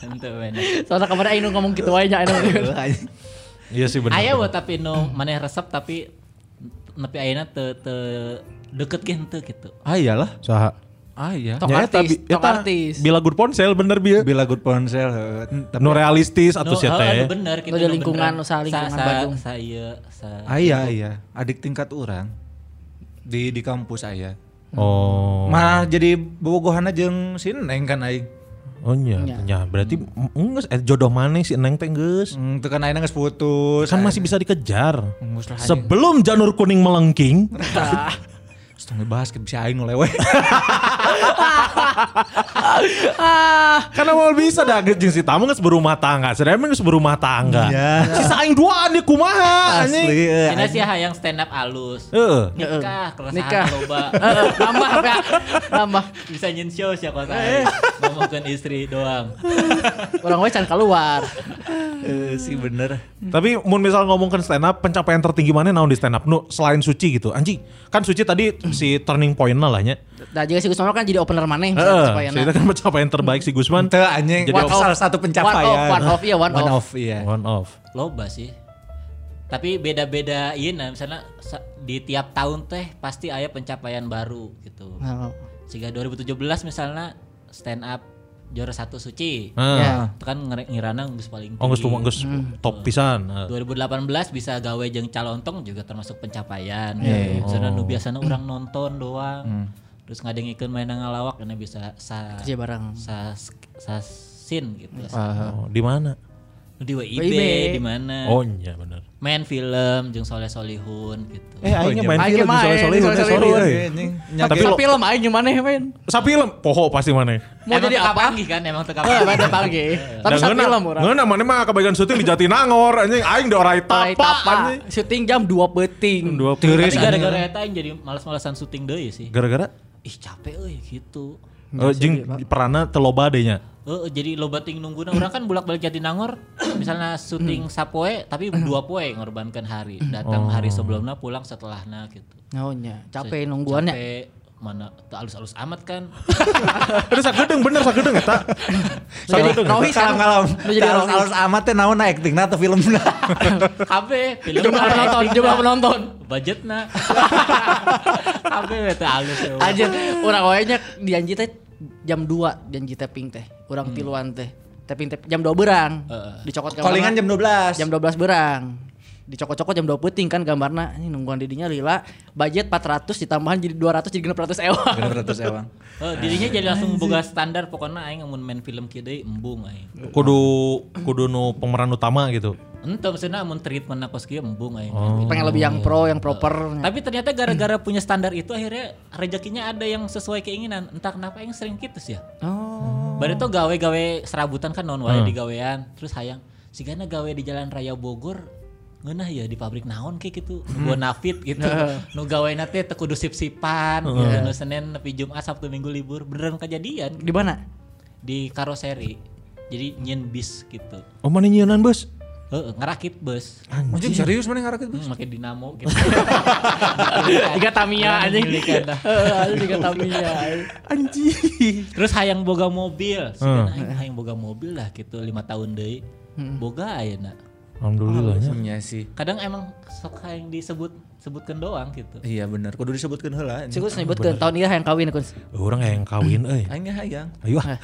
Tentu mainan. Soalnya kemarin Ainu ngomong gitu aja nya Ainu. Iya sih benar. Aya we tapi nu maneh resep tapi nepi ayeuna teu teu deket ge henteu gitu. Ah iyalah. Saha. Ah iya. Tok Ya, eta artis, bi- tok eta artis. Bila good ponsel bener bieu. Bila good ponsel. heeh. Tapi Nu realistis atuh Nu- sih anu heeh, nu teh. ya. bener gitu. Nu di lingkungan, nu sa lingkungan Bandung. Sa ieu sa ah iya iya. Adik tingkat orang di di kampus aya. Oh. Mah jadi bobogohana jeung si Neng kan aing. Oh nya, Iya. nya. berarti enggak eh, jodoh mana si Neng teh geus. Hmm, teu kan ayeuna geus Mm. putus. Kan masih bisa dikejar. Ngus lah anjing. Sebelum janur kuning melengking. Setengah bahas ke si aing nu lewe. Karena mau bisa dah jeung si tamu geus berumah tangga. Sedaya mah geus berumah tangga. Iya. Si saing duaan di kumaha Asli. anjing. eh, Ini sih hayang stand up alus. Heeh. Nikah, Nikah. keresahan loba. Tambah ya. Tambah. Bisa nyin show sih kalau saya. Ngomongkan istri doang. Orang we can keluar. sih Eh, bener. Tapi mun misal ngomongkan stand up, pencapaian tertinggi mana naon di stand up nu selain Suci gitu. Anjing, kan Suci tadi si turning point lah nya. Nah, juga si Gusman kan jadi opener maneh Heeh. supaya Cerita kan pencapaian terbaik si Gusman. Teu anjing. Jadi Jadi off. salah satu pencapaian. One off, one off, iya, one One off. off, iya. One off. Loba sih. Tapi beda-beda iya nah, misalnya sa- di tiap tahun teh pasti ada pencapaian baru gitu. Nah, Sehingga 2017 misalnya stand up juara satu suci. Heeh. Ya. Itu kan ngere- ngirana geus paling Oh, geus tinggi. tuh geus top pisan. Heeh. 2018 bisa gawe jeung calontong juga termasuk pencapaian. Iya, Yeah. nu biasanya orang nonton doang. Terus ngadengikeun main ngalawak karena bisa sa kerja bareng. sa sa scene gitu. Oh, di mana? Nu Di WIB. WIB di mana? Oh, iya benar. Main film jeung Soleh Solihun gitu. Eh, aingnya Iya, main Aing film di main, Soleh-Soleh, Soleh udah, Solihun. sorry. Tapi Tapi lo- film aing gimana ya, men? Sapilem, poho pasti mana. Mau Emang jadi teu apa? kapanggih kan emang teu Eh, kapanggih. ada panggil. Tapi satu film orang. Ngeuna mana mah kebaikan syuting di Jatinangor anjing aing di orai tapa Tai tapa. anjing. Syuting jam 2 peting. Dua Tapi tiris anjing. gara-gara eta aing jadi malas-malasan syuting deui sih. Gara-gara Ih capek euy gitu. eh, jeung peranna teloba dehnya. Heeh, jadi loba ting nungguna urang kan bolak-balik Jatinangor misalnya syuting sapoe tapi dua poe ngorbankan hari. Datang hari sebelumnya pulang setelahnya gitu. Oh nya, capek nungguannya. Capek mana teu alus-alus amat kan. Aduh sagedeng bener sagedeng eta. Jadi Rohis kan Kalau Lu jadi kalau Rohis. alus amat teh naon acting na teh filmna. Kabeh film Jumlah penonton, jumlah penonton. budgetna. Kabeh we teu alus ya. Aja urang wae nya dianji teh jam 2 janji tapping teh. Urang tiluan teh. Tapping teh jam 2 berang. Dicokot ke Callingan mana? jam 12. Jam 12 berang. Dicokot-cokot jam 2 peting kan gambarna ini nungguan didinya lila. Budget 400 ditambahan jadi 200 jadi 600 ewa. 200 ewang. Heeh, Eh, dirinya jadi langsung boga standar pokoknya aing mun main film kieu deui embung aing. Kudu kudu nu pemeran utama gitu. Entah maksudnya amun treatment aku sekian embung aing. Pengen lebih yang pro, yang proper. Tapi ternyata gara-gara punya standar itu akhirnya rezekinya ada yang sesuai keinginan. Entah kenapa yang sering gitu sih ya. Oh. Baru itu gawe-gawe serabutan kan non Hmm. wae di gawean. Terus hayang sigana gawe di Jalan Raya Bogor ngeunah ya di pabrik naon kayak gitu. Hmm. Gua nafit gitu. nu gawe teh teu kudu sip-sipan. Hmm. Iya. gitu. Nu Senin nepi Jumat Sabtu Minggu libur. Beneran kejadian Di mana? di karoseri. Jadi nyen bis gitu. Oh mana nyieunan bos? Heeh, ngerakit bus. Anjing serius mana ngarakit bos? Hmm, Make dinamo gitu. Tiga Tamiya Orang anjing. milikan dah. Heeh, anjing tiga Tamiya. Terus hayang boga mobil, Hmm. Sebenarnya aing hayang boga mobil lah gitu lima tahun deui. Boga ayeuna. Iya Alhamdulillahnya. sih. Kadang emang sok hayang disebut sebutkan doang gitu. Iya bener. Kudu disebutkeun heula. Si anjing. Kus nyebutkeun tahun ieu hayang kawin Kus. Orang yang kawin euy. Aing hayang. Ayo ah.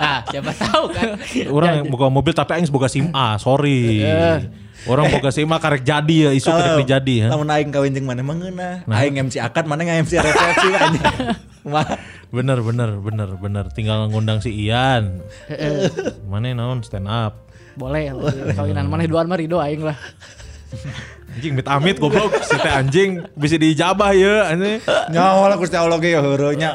ah, siapa tahu kan. Eh, Orang yang boga mobil tapi aing boga SIM A, sorry. Orang boga SIM A karek jadi ya, isu karek jadi ya. Lamun aing kawin jeung mana mah ngeunah. Aing MC akad mana nggak MC resepsi anjing. Mah Bener bener bener bener tinggal ngundang si Ian. Mana naon stand up. Boleh kawinan mana duaan mah Rido aing lah. Anjing mit amit goblok si teh anjing bisa dijabah ya anjing. nyawa lah Gusti Allah ge heureuh nya.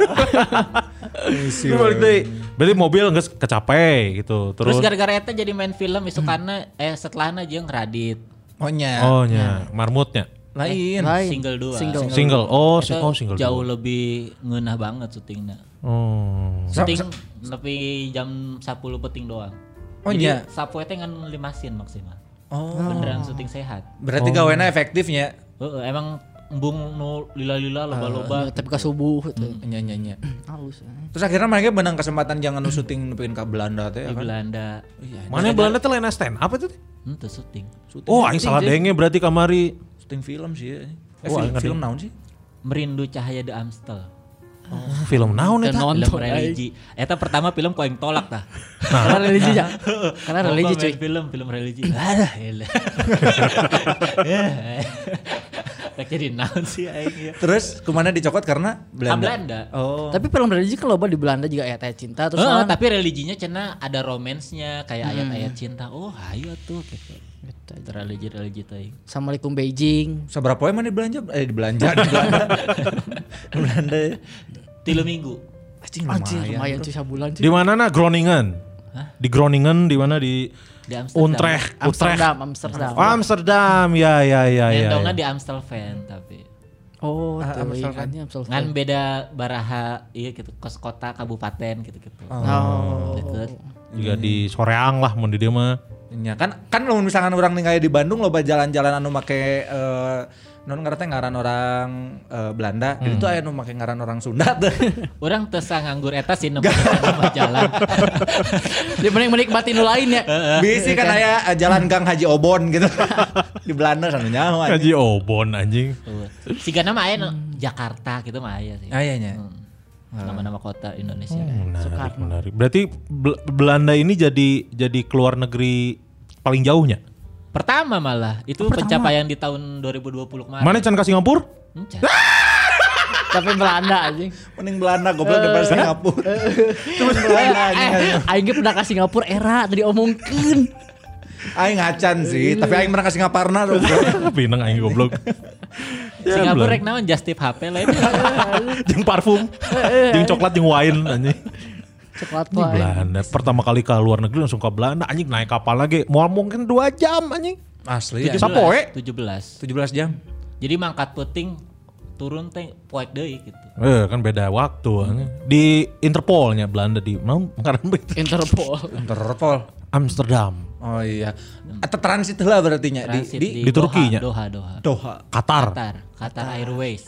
Lu balik deui. Berarti mobil geus kecape gitu. Terus, Terus gara-gara eta jadi main film isukana Hmm. eh setelahnya jeung Radit. Oh nya. oh nya, marmutnya. Lain. Lain. Single dua. Single. Single. Oh, si- Eta oh single. Jauh dulu. lebih ngeunah banget syutingnya. Oh. Syuting tapi jam 10 peting doang. Oh Iya. nya. Sapoe teh ngan limasin maksimal. Oh. Beneran syuting sehat. Berarti gawena efektifnya. Heeh, emang embung nu Ah, lila-lila Loba loba-loba. iya, tapi ka subuh Hmm. teu. Oh, Nya nya nya. Halus. anjing. Terus akhirnya mereka menang kesempatan jangan nu syuting nepikin ke Belanda teh ya di kan. Belanda. Iya, Mana Belanda teh lain stand apa tuh? Itu Hmm, syuting. syuting- Oh, aing salah denge berarti kamari. Syuting film sih. ya. Eh, Oh, film, ngerti. film naon sih? Merindu Cahaya The Amstel. Oh. Film naon Teu eta? nonton film aing. religi. Eta pertama film ku aing tolak tah. Karena religi ya. Karena Loba religi main cuy. Film film religi. ya Alah, elah. Eh, Tak jadi naon sih aing ya. Ah, Terus kemana dicokot karena Belanda. Belanda. Belanda. Oh. Tapi film religi kan loba di Belanda juga ya teh cinta terus Heeh, orang- tapi religinya cina ada romansnya Hmm. kayak ayat-ayat cinta. Oh, ayo tuh gitu. Religi-religi teuing. Assalamualaikum Beijing. Seberapa poe mana di Belanda? Eh di Belanda di Belanda. Di Belanda. tilu minggu Anjing Anjir, lumayan cuy sabulan Di cuy. mana nah Groningen? Di Groningen di mana di di Amsterdam. Utrecht, Utrecht. Amsterdam, Amsterdam. Oh, Amsterdam. Ya ya Ah, ya iya, ya. Nendongnya ya. di Amstelveen tapi Oh, tuh Amsterdam. ingatnya Amstelveen. ngan beda baraha iya gitu kos kota kabupaten gitu gitu. Oh. Deket. Juga di Soreang lah mun di dia mah. Ya, kan kan lo misalkan orang ningali di Bandung loba jalan-jalan anu make eh, non ngerti ngaran orang eh, Belanda itu aya anu make ngaran orang Sunda tuh. Orang tesa nganggur eta sih nemu nemu jalan. Dia mending menikmati nu lain ya. Bisi kan aya eh, jalan Gang Haji Obon gitu. di Belanda kan nyawa. Haji Obon anjing. Siga nama aya nu Jakarta gitu mah aya sih. Ayanya. Hmm. Nama-nama kota Indonesia. Menarik, menarik. Berarti Bel- Belanda ini jadi jadi keluar negeri paling jauhnya. Pertama malah itu pencapaian di tahun 2020 kemarin. Hmm, Mana Chan ke Singapura? Encah. Tapi Belanda anjing. Mending Belanda goblok daripada Singapura. Terus Eh. Belanda anjing. Eh, aing ge pernah ke Singapura era tadi omongkeun. Aing ngacan sih, tapi aing pernah ke Singaparna tuh. Pineng aing goblok. Ya, Singapura rek Belanda. naon just tip HP lain. jeung parfum, jeung coklat, jeung Eh, wine anjing. Coklat Ini wae. Belanda. Pertama kali ke luar negeri langsung ke Belanda anjing naik kapal lagi. Mual mungkin 2 jam anjing. Asli ya. Sapoe. 17. 17 jam. Jadi mangkat puting turun teh poek deui gitu. Eh kan beda waktu anjing. Di Interpolnya Belanda di mau karena begitu. Interpol. Eh, Interpol. Amsterdam, Oh iya. Atau transit lah berarti nya di, Transit di di Turkinya? Doha, Doha, Doha. Doha. Qatar. Qatar, Qatar Airways.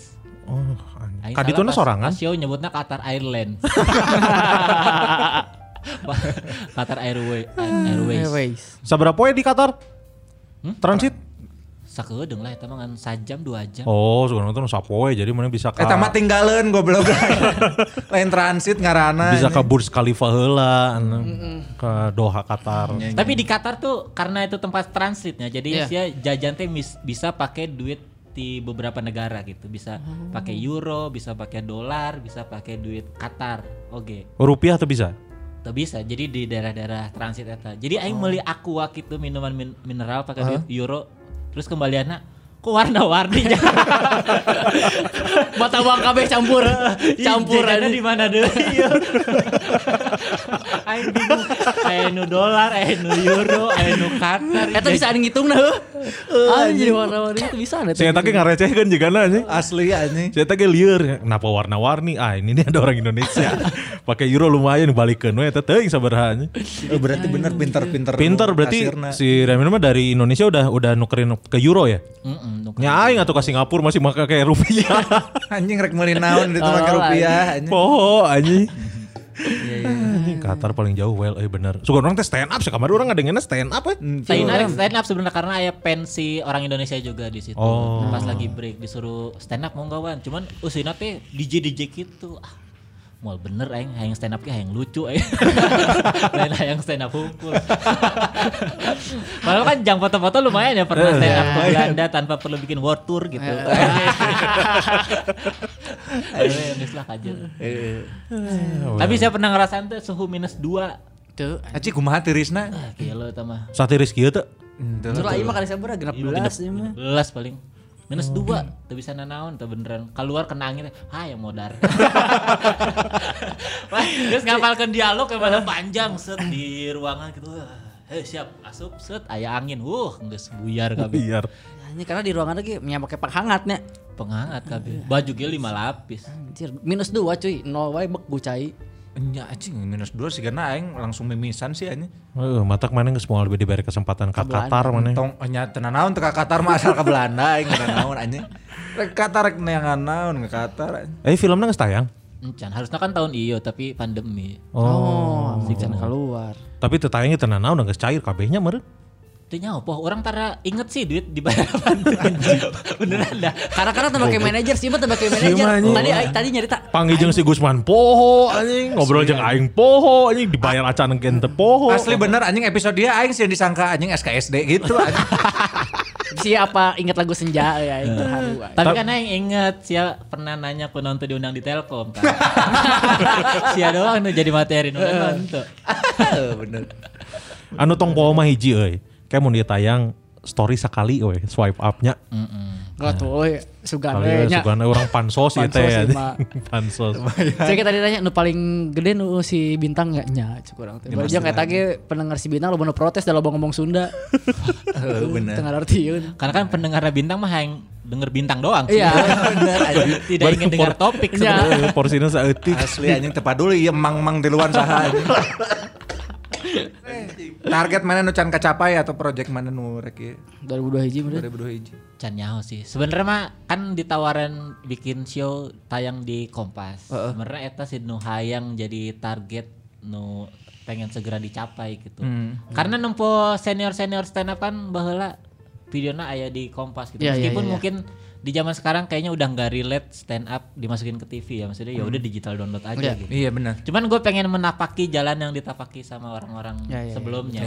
Oh, Nah, anjing. Kadituna sorangan. Show nyebutnya Qatar Airlines. Qatar Airway, Airways. Anyways. Seberapa poe di Qatar? Transit? Sakeudeng lah eta mah ngan sajam dua jam. Oh, sebenarnya itu sapoe jadi mana bisa ke Ya. Eh tamat tinggalin goblok. Lain transit ngarana. bisa ke ini. Burj Khalifa heula anu, ke Doha Qatar. Iya, Tapi di Qatar tuh karena itu tempat transitnya, jadi sia jajan teh mis- bisa pakai duit di beberapa negara gitu. Bisa pakai euro, bisa pakai dolar, bisa pakai duit Qatar. Oke. Rupiah tuh bisa. Tuh bisa. Jadi di daerah-daerah transit eta. Jadi aing meuli aqua gitu minuman min- mineral pakai duit euro. Terus kembaliannya kok warna-warni Mata uang kabeh campur. Iya, Campur Jajannya anjing. di mana deh? Iya. Aing bingung. Aya nu dolar, aya nu euro, aya nu Qatar. Eta bisa aing ngitung nah. Ah, jadi warna-warni itu bisa ada. Saya tadi ngarecehkeun juga na anjing. asli ya ini. Saya tadi lieur, kenapa warna-warni? Ah, ini nih ada orang Indonesia. Pakai euro lumayan balikeun we eta teuing sabaraha anjing. Eh, berarti bener iya. pinter-pinter. Pinter nu berarti kasirna. si Ramin mah dari Indonesia udah udah nukerin ke euro ya. Nya aing atuh ke Singapura masih make kayak rupiah. anjing rek meuli naon itu make Oh, rupiah anjing. Poho Oh, anjing. Iya, Anjing Qatar paling jauh well eh bener. Suka orang teh stand up sekamar orang ngadengeuna stand up eh. we. Lain up, stand up sebenarnya karena aya pensi orang Indonesia juga di situ. Oh. Pas lagi break disuruh stand up mau gawan. Cuman usina teh DJ DJ gitu. Ah, Mal bener aing hayang stand up ge hayang lucu aing. Lain hayang stand up hukum. Padahal kan jang foto-foto lumayan ya pernah stand up ke Belanda tanpa perlu bikin world tour gitu. Akhirnya geus lah kajeun. Tapi saya pernah ngerasain tuh suhu minus 2. Tuh. Aci kumaha tirisna? Ah, gila eta mah. Satiris kieu teh. Terus lah ieu mah kada sampurna 16 ieu mah. 11 paling minus dua tuh bisa nanaon tuh beneran keluar kena angin ah yang modar Wah, terus ngapalkan dialog yang pada panjang set di ruangan gitu Hei siap asup set aya angin uh geus buyar kabeh Biar. Hanya karena di ruangan lagi nya pakai penghangatnya. penghangat kabeh baju ge lima lapis Anjir, minus 2 cuy. Nol wae bek gucai. Nya anjing minus 2 sih karena aing langsung mimisan sih anjing. Heeh, matak mana geus moal lebih diberi kesempatan ka Qatar mana. Tong oh, nya tenan naon teu ka Qatar mah asal ka Belanda aing tenan naon anjing. Rek Qatar rek neangan naon ke Qatar. anjing. Eh filmnya geus tayang. encan harusna kan tahun iyo tapi pandemi Oh, sikan keluar. Tapi teu tayangnya tenan naon geus cair kabehnya meureun. itu nyawa orang tara inget sih duit dibayar apa beneran dah Karena karena tembak manajer sih, mah tembak manajer. anjing. Tadi eh, tadi nyarita. Panggil jeung si Gusman poho anjing, ngobrol jeung aing poho anjing dibayar acan gen teu poho. Asli bener anjing episode dia aing sih disangka anjing SKSD gitu anjing. Si apa ingat lagu senja Eh. ya yang terharu. ya. Tapi kan yang inget Sia pernah nanya ku nonton diundang di Telkom kan. Sia doang tuh jadi materi nu nonton. Ah, bener. Anu tong poho mah hiji euy. Kayak mun dia tayang story sekali we swipe upnya Gak tuh, sugan kali Hmm. ya, nya. suka orang pansos itu Pansos, ya lima. pansos Saya tadi nanya nu paling gede nu si bintang nggak nya cukurang teh. Baru kayak tadi pendengar si bintang lo mau protes dan lo mau ngomong Sunda. Eh, Oh, bener. Tengah artiun. Karena kan pendengar bintang mah yang denger bintang doang. Iya. benar. Tidak Baru ingin dengar por- Iya. topik sebenarnya. Eh, porsinya saeutik Asli anjing tepaduli ya emang-emang di luar saha. anjing. Target mana nu can kacapai atau project mana nu rek iya. ieu? 2002 hiji bener. 2021. Can nyaho sih. Sebenarnya mah kan ditawaran bikin show tayang di Kompas. Sebenarnya eta sih nu hayang jadi target nu pengen segera dicapai gitu. Hmm. Karena nempo senior-senior stand up kan baheula videonya aya di Kompas gitu. Iya, iya, Meskipun iya, iya. mungkin di zaman sekarang kayaknya udah nggak relate stand up dimasukin ke TV ya. Maksudnya ya udah digital download aja Hmm. Iya. gitu. Iya benar. Cuman gue pengen menapaki jalan yang ditapaki sama orang-orang Iya, iya, iya. sebelumnya.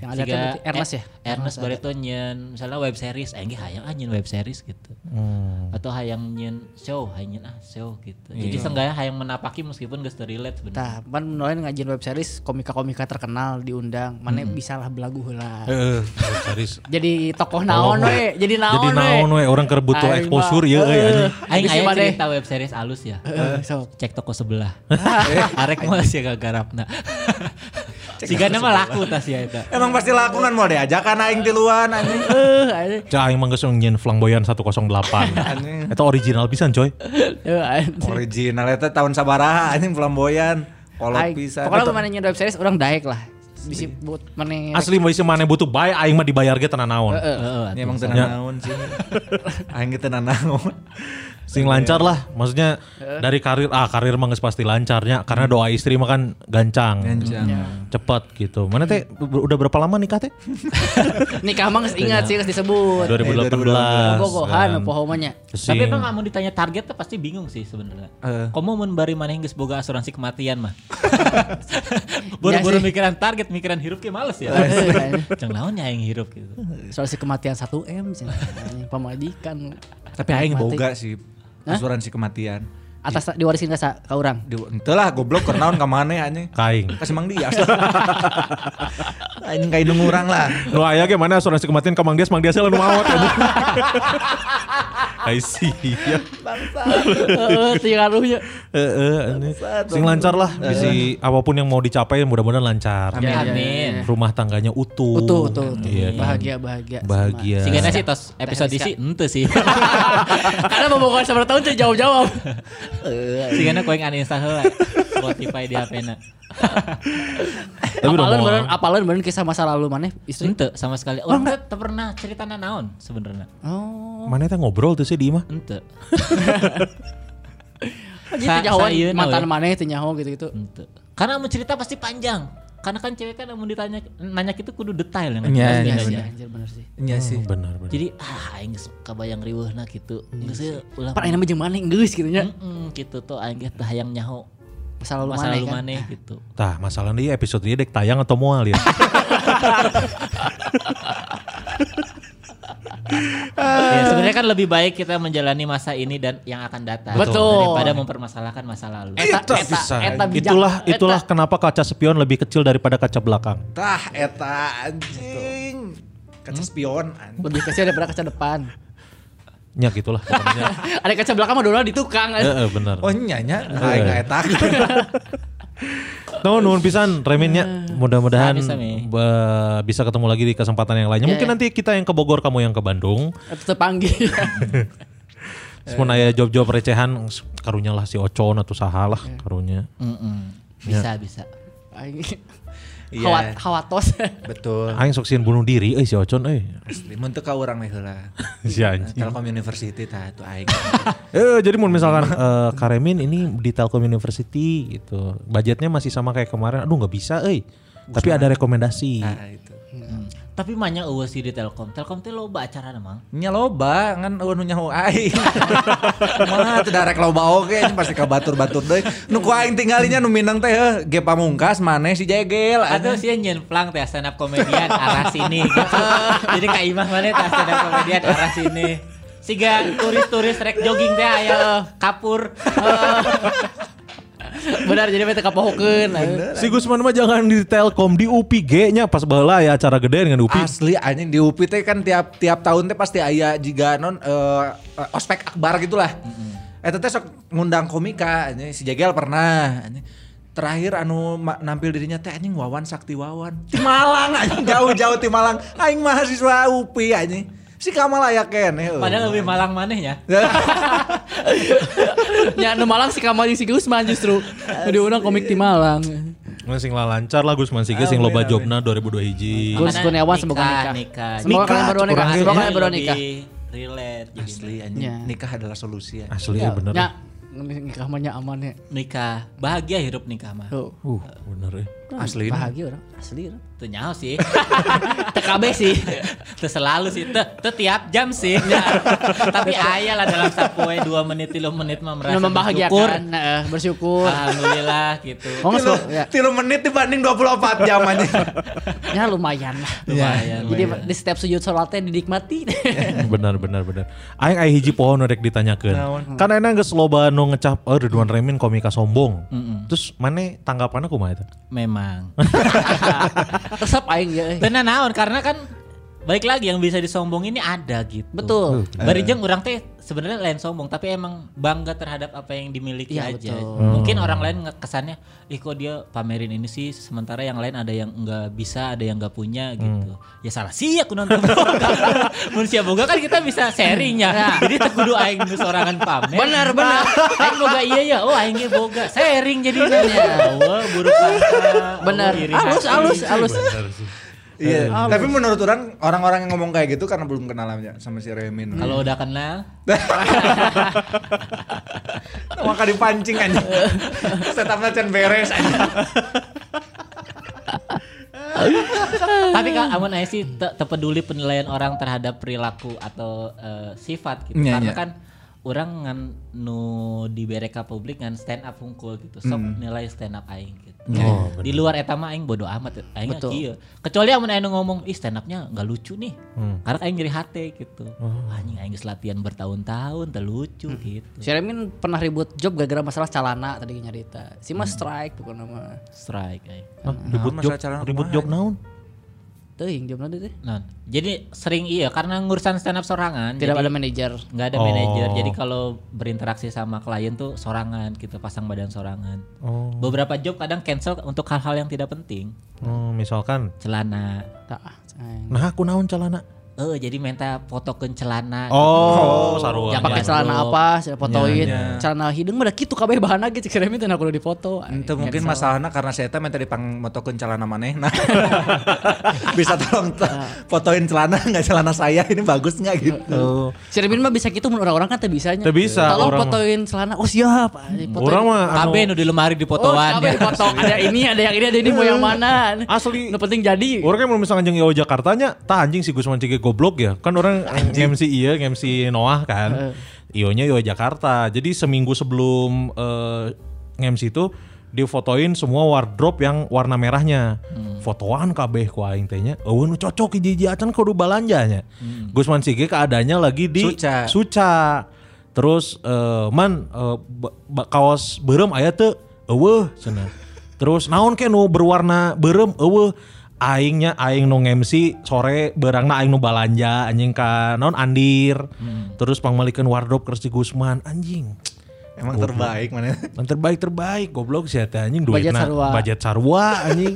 Yang ada Siga- teh Ernest ya? Eh, Ernest Barreto nyen misalnya web series, eh nggih hayang ah nyen web series gitu. Hmm, Atau hayang nyen show, hayang nyen ah show gitu. Jadi seenggaknya hayang menapaki meskipun geus teu relate Iya. Tah, sebenarnya. pan mulai ngajin web series komika-komika terkenal diundang, mana bisa lah belagu heula. Heeh, serius. Jadi tokoh Nah, naon Oh. we, jadi naon Jadi naon we, orang keur butuh Aing mah, exposure ieu, eh, heeh. anjing. Aing Bisa aya mah deh. cerita Eh. web series alus ya. Heeh, sok. Cek toko sebelah. Arek mah sih gak garapna. Sigana mah laku tas ya eta. Emang pasti laku kan mau diajakan aing di luar anjing. Eh, aing- Cah aing mah geus nyen flamboyan 108. Eta original pisan coy. Iya. eh, aing. Original eta tahun sabaraha anjing flamboyan. Kolot Aing. pisan. Pokoknya mana nyen web series orang daek lah. Disebut mana Asli mau isi mana butuh bae aing mah dibayar ge tenan naon. Heeh. Ya, emang Ya. tenang naon sih. Aing ge tenang naon. Sing lancar lah, maksudnya dari karir ah karir mah geus pasti lancarnya karena Hmm. doa istri mah kan gancang. Gancang. Iya. Cepet gitu. Mana teh Hmm. ber- udah berapa lama nikah teh? Eh, nikah mah geus ingat sih geus disebut. 2018. kan. Gogohan pohomanya. Sing- Tapi emang mau ditanya target tuh pasti bingung sih sebenarnya. Komo mun bari maneh geus boga asuransi kematian mah. Iya Buru-buru sih. Iya, mikiran target, mikiran hirup kayak males ya. Ceng naon nya aing hirup gitu. Soal si kematian 1M cenah. pamajikan Tapi aing Mati. boga sih asuransi kematian. atas diwarisin ka sa- ka urang. Di, ente lah goblok keur naon ka maneh anjing. kaing. Kasih Mang Dias. Anjing kayak nunggu urang lah. Nu aya ge mana asuransi kematian ka Mang Dias, Mang Dias lalu maot. I see. Ya. Heeh, Eh, tinggal aruhnya. Heeh, ini. Sing lancar lah bisi apapun yang mau dicapai mudah-mudahan lancar. Amin. Ya, ya, Amin. ya, ya. Rumah tangganya utuh. Utuh, utuh, utuh. Iya kan? Bahagia, bahagia. iya. Bahagia. Sehingga sih tos episode Rizka. isi ente sih. Iya, Sama. Karena bobogohan sabar tahun teu jawab-jawab. iya, Sehingga koeng uninstall heula Spotify di HP-na. Tapi udah Apalan mau. beureun, apalan beureun kisah masa lalu maneh istri. Ente sama sekali. Orang teh teu pernah cerita naon sebenarnya. Oh. Mana teh ngobrol tuh sih di imah. Ente. Sa- Jadi nyawa saeuna mantan we. maneh teu nyaho gitu-gitu. Ente. Karena mau cerita pasti panjang. Karena kan cewek kan mau ditanya nanya itu kudu detail ya. Iya, iya, Iya sih, bener. anjir bener sih. Iya sih. Oh, Benar, benar. Jadi ah aing geus kabayang riweuhna gitu. Iya Geus ya, ulah Pan ayeuna mah jeung maneh geus gitu nya. Mm-mm, gitu tuh aing teh hayang nyaho Masa lalu masa maneh lalu kan. maneh gitu. Tah, masalahnya iya episode ini dek tayang atau mual ya. Ya, sebenarnya kan lebih baik kita menjalani masa ini dan yang akan datang Betul. Eh. daripada mempermasalahkan masa lalu. Eta, eta, Bisa. eta bijak. itulah Eta. itulah kenapa kaca spion lebih kecil daripada kaca belakang. Tah eta anjing. Kaca spion anjing. lebih kecil daripada kaca depan. Ya gitulah pokoknya. Ada kaca belakang mah dolar di tukang. eh. Heeh, benar. Oh nyanya, aing eta. Nuhun nuhun pisan Nah. Reminnya mudah-mudahan Sami, sami. be- bisa ketemu lagi di kesempatan yang lainnya. Ya, Mungkin ya. nanti kita yang ke Bogor, kamu yang ke Bandung. Atau panggil. Iya. Semun aya job-job recehan karunya lah si Ocon atau saha Iya. lah karunya. Mm-mm. Bisa bisa. Iya. Khawat khawatos. Betul. Iya. Aing sok sieun bunuh diri euy si Ocon euy. Asli mun teu ka urang mah heula. si anjing. Telkom University tah tuh aing. Iya. Eh jadi mun misalkan eh, Karemin ini di Telkom University gitu. Budgetnya masih sama kayak kemarin. Aduh nggak bisa euy. Tapi ada rekomendasi. Nah itu. Hmm. Tapi banyak eueuh sih di Telkom. Telkom teh loba acara emang. Nya loba ngan eueun nu nyaho aing. Kumaha teu darek loba oge anjing, pasti ka batur-batur deui. Nu ku aing tinggalinya nu Minang teh heh, ge pamungkas maneh si jegel. Atau sih nyen plang teh stand up komedian arah sini gitu. Jadi Kak Imah mana teh stand up komedian arah sini. Oh. Siga turis-turis rek jogging teh aya kapur. Benar jadi bete kapohokeun. Si Gusman mah jangan di Telkom di UPI G-nya pas baheula ya acara gede dengan UPI. Asli anjing di UPI teh kan tiap tiap tahun teh pasti aya jiga non eh, eh, ospek akbar gitulah. Eh teh sok ngundang komika anjing si Jegel pernah anjing. Terakhir anu ma- nampil dirinya teh anjing Wawan Sakti Wawan. Ti Malang anjing jauh-jauh ti Malang. Aing mahasiswa UPI anjing. Si Kamal aya keneh. Padahal lebih malang manehnya. Ya nu Malang si Kamal jeung si Gusman justru. Nu diundang komik di Malang. Mun sing lah lancar lah Gusman Sige sing loba jobna 2002 hiji. Gus Makanya Kurniawan semoga nikah. Nikah. Semoga kalian berdua nikah. Orang Semoga kalian lebih berdua nikah. Relate gitu. jadi Asli Ya. anjing. Nikah adalah solusi anjing. Asli ya, bener. Ya, nikah mah nya aman ya. nikah. Bahagia hidup nikah mah. Tuh. Uh, bener ya. Asli. Bahagia orang, asli orang. Tuh nyaho sih. TKB sih. Tuh selalu sih. Tuh, tuh tiap jam sih. Iya. Tapi ayah lah dalam sapoe 2 menit 3 menit mah merasa Nu anu membahagiakan, heeh, bersyukur. Alhamdulillah gitu. Oh, nggak Tilu- suka, ya. Tilu menit dibanding 24 jam anjing. Ya lumayan lah. Lumayan, Iya. Jadi lumayan. di setiap sujud sholatnya dinikmati. benar benar benar aing aya hiji pohon rek ditanyakeun kan enak geus loba nu ngecap oh Ridwan Remin komika sombong terus mana tanggapannya kumaha eta Memang. Iya. Resep aing ya. eh. Tenan naon karena kan balik lagi yang bisa disombong ini ada gitu. Betul. Barijeng orang teh sebenarnya lain sombong tapi emang bangga terhadap apa yang dimiliki Iya, aja. betul. Mungkin orang lain kesannya, ih kok dia pamerin ini sih sementara yang lain ada yang nggak bisa, ada yang nggak punya gitu. Ya salah sih aku nonton boga. Mun sia boga kan kita bisa sharing ya. Jadi tak kudu aing nu sorangan pamer. Iya. Benar, benar. Iya, Aing boga iya ya. Oh aing ge boga. Sharing jadi Allah buruk sangka. Benar. Allah iri Alus, hati. alus, alus. Iya. Tapi menurut orang orang-orang yang ngomong kayak gitu karena belum kenalannya sama si Remin. Kalau udah kenal, Maka dipancing aja. Setapnya can beres aja. tapi kalau amun aya sih te, te peduli penilaian orang terhadap perilaku atau eh, sifat gitu. Iya, Karena iya. kan orang ngan nu dibere ka publik ngan stand up hungkul gitu. Sok nilai stand up aing gitu. Iya, Oh, Di luar eta mah aing bodo amat aing Betul. kieu. Kecuali amun aing nu ngomong, "Ih, stand up-nya enggak lucu nih." Hmm. Karena aing nyeri hate gitu. Oh. Anjing aing geus latihan bertahun-tahun teu lucu gitu. Si Remin pernah ribut job gara-gara masalah calana tadi nyarita. Si mah strike pokoknya mah. Strike aing. Hah, ribut Nah, jog masalah cara ribut kumaha jog naon Tuh yang job nanti teh. Nah, jadi sering iya karena ngurusan stand up sorangan. Tidak jadi- ada manajer. nggak ada Oh. manajer jadi kalau berinteraksi sama klien tuh sorangan gitu pasang badan sorangan oh, beberapa job kadang cancel untuk hal-hal yang tidak penting oh, misalkan celana Tah, ah, sayang. nah aku naon calana eh jadi minta fotokeun celana oh, sarua Ya pakai Iya, celana bro. apa, saya Iya, fotoin. iya. Celana hidung mah ada kitu kabeh gitu. bahan lagi si Remin teh kudu dipoto. Itu Ay, mungkin cancel. masalahnya karena saya teh minta dipang motokeun celana maneh. Nah. Bisa tolong te- Nah. fotoin celana nggak celana saya ini bagus nggak gitu. Oh. Si Remin mah bisa gitu mun orang-orang kan teu bisanya. Teu bisa, Tolong orang mah. fotoin celana. Oh siap. ay, fotoin. orang mah anu, Kabeh nu di lemari Oh, dipotoan kabeh foto. Ada ini, ada yang ini, ada ini mau yang mana. Asli. Nu penting jadi. Orang kan belum misalkan jeung Yo Jakarta nya, tah anjing si Gusman Cige goblok ya. Kan orang MC iya, MC Noah kan. Ionya Yo Jakarta. Jadi seminggu sebelum eh, MC itu difotoin semua wardrobe yang warna merahnya. Hmm. Fotoan kabeh ku aing teh nya. Eueun nu cocok hiji-hiji acan kudu balanjanya. Hmm. Gusman Sige keadaannya lagi di Suca. Suca. Terus eh, man eh, ba- ba- kaos berem aya teu eueuh cenah. Terus naon ke nu berwarna berem eueuh aingnya aing nu MC sore barangna aing nu balanja anjing ka naon andir. Terus pangmalikeun wardrobe ke si Gusman anjing. Emang terbaik mana? Yang terbaik terbaik goblok sih eta anjing Budget duitna sarua. budget sarua anjing.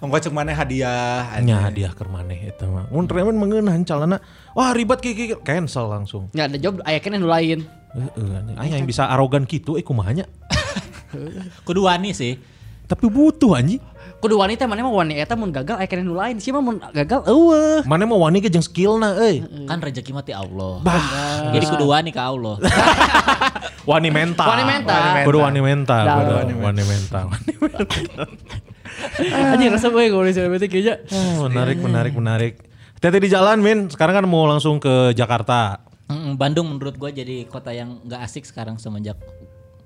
Ongkos cek maneh hadiah. anjing. Nya hadiah keur maneh eta mah. Mun Raymond mengeunaan calana wah ribet kiki cancel langsung. Ya ada job aya keneh nu lain. Heeh anjing. Aya yang bisa arogan gitu eh kumahanya. kudu wani sih Tapi butuh anjing. Kudu wanita mana mah wanita eta mun gagal aya keneh nu lain. Si mah mun gagal eueuh. Mana mau wani ke jeung skillna eh. euy. kan rezeki mati Allah Bah, jadi kudu wani ke Allah wani mental. Wani mental. Kudu wani mental. Dah. kudu Wani mental. Ah. Anjing resep euy kalau misalnya berarti kayaknya. Oh, menarik, menarik, menarik. Hati-hati di jalan, Min. Sekarang kan mau langsung ke Jakarta. Mm, Bandung menurut gua jadi kota yang nggak asik sekarang semenjak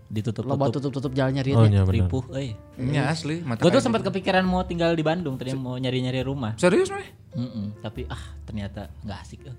ditutup Loba tutup tutup-tutup jalannya dia. Oh, iya benar. ripuh euy Ini Iya, asli. Mata Gue tuh kayak sempat gitu. kepikiran mau tinggal di Bandung tadi mau nyari-nyari rumah. serius maneh? Mm-mm, tapi ah ternyata nggak asik. eh.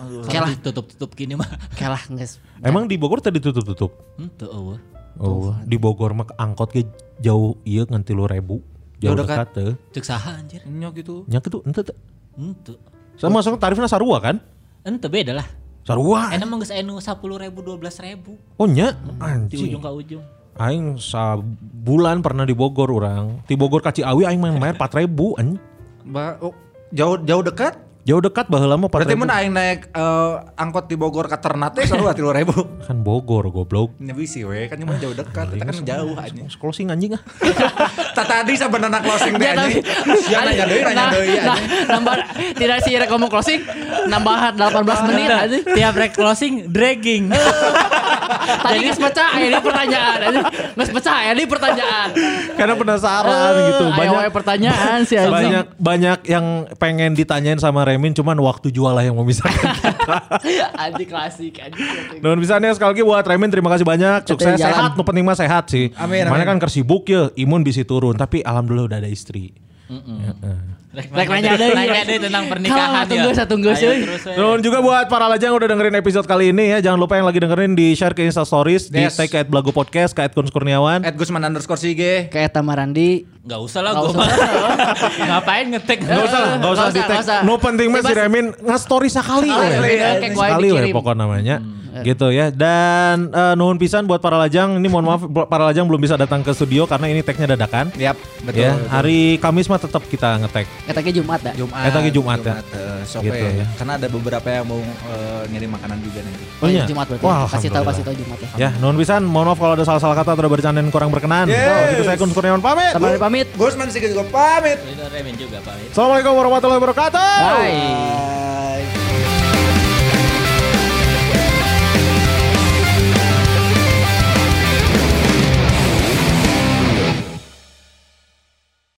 Kalah. Kalau tutup-tutup gini mah. Kalah geus. Emang di Bogor tadi tutup-tutup. Hmm, tuh eueuh. Oh, di Bogor mah angkot ke jauh iya nganti lu rebu. Jauh Jauh dekat. dekat teh. Cek saha anjir. Nyok gitu. Nya kitu ente teh. Ente. Sama sama tarifnya sarua kan? Ente beda lah. Ah. Sarua. Enak mah geus aya nu 10.000 12.000 Oh nya di anjing. ujung ke ujung. Aing sabulan pernah di Bogor orang. Di Bogor kaci awi aing main main 4000 anjing. Ba- oh, jauh jauh dekat. Jauh dekat baheula mah Berarti 4000. mun aing naik eh, angkot di Bogor ke Ternate sarua 3000. Kan Bogor goblok. Nya bisi we, kan nyaman jauh dekat, kita kan jauh Iya, anjing. Closing anjing ah. Ta tadi sebenarnya closing deh Ya, anjing. tapi- Siapa nanya deui nanya Nah, deui nah, anjing. nambah tidak sih rek ngomong closing nambah 18 menit aja Tiap rek closing dragging. tadi nggak pecah ya ini pertanyaan nggak pecah ya ini pertanyaan Karena penasaran Eh, gitu. Ah, banyak Banyak pertanyaan sih anjing banyak banyak yang pengen ditanyain sama Remin cuman waktu jual lah yang memisahkan kita. anjing klasik anjing Nuhun pisan ya sekali lagi buat Remin terima kasih banyak. Sukses jalan. sehat, nu penting mah sehat sih. Amin, Mana amin. kan kersibuk ya, imun bisa turun, tapi alhamdulillah udah ada istri. Ya. Rek nanya deui, Nanya anjing. deui tentang pernikahan ya. Kalau tunggu, saya tunggu, Ayo cuy. terus, eh. we. Nuhun juga buat para lajang yang udah dengerin episode kali ini ya. Jangan lupa yang lagi dengerin di share ke Insta Stories, di Yes. tag ke @blago podcast, ke @kunskurniawan. Eh, At Gusman underscore sige. Eh, kayak Tamarandi Nggak usah lah Nggak gue usah. Ngapain ngetek Nggak usah lah, nggak usah Nggak di usah, tag. nggak usah. Nu penting mah si Bebas. Remin nge-story sekali. we. Sekali, ya, kayak sekali kuai weh dikirim. pokok namanya gitu ya dan eh, nuhun pisan buat para lajang ini mohon maaf para lajang belum bisa datang ke studio karena ini tagnya dadakan Yap, betul. ya hari Kamis mah tetap kita ngetek katanya Jumat dah Jumat. Eta lagi Jumat, ya. eh, sok Gitu, we. ya. Karena ada beberapa yang mau eh, ngirim makanan juga nanti. Oh iya. iya Jumat berarti. Wah, kasih tahu alhamdulillah. kasih tahu Jumat ya. ya nuhun pisan mohon maaf kalau ada salah-salah kata atau ada bercandaan yang kurang berkenan Yes. Kalau gitu saya Kun Kurniawan pamit Sampai pamit. Gusman sige juga pamit. Remen juga Pak. Assalamualaikum warahmatullahi wabarakatuh Bye. Bye.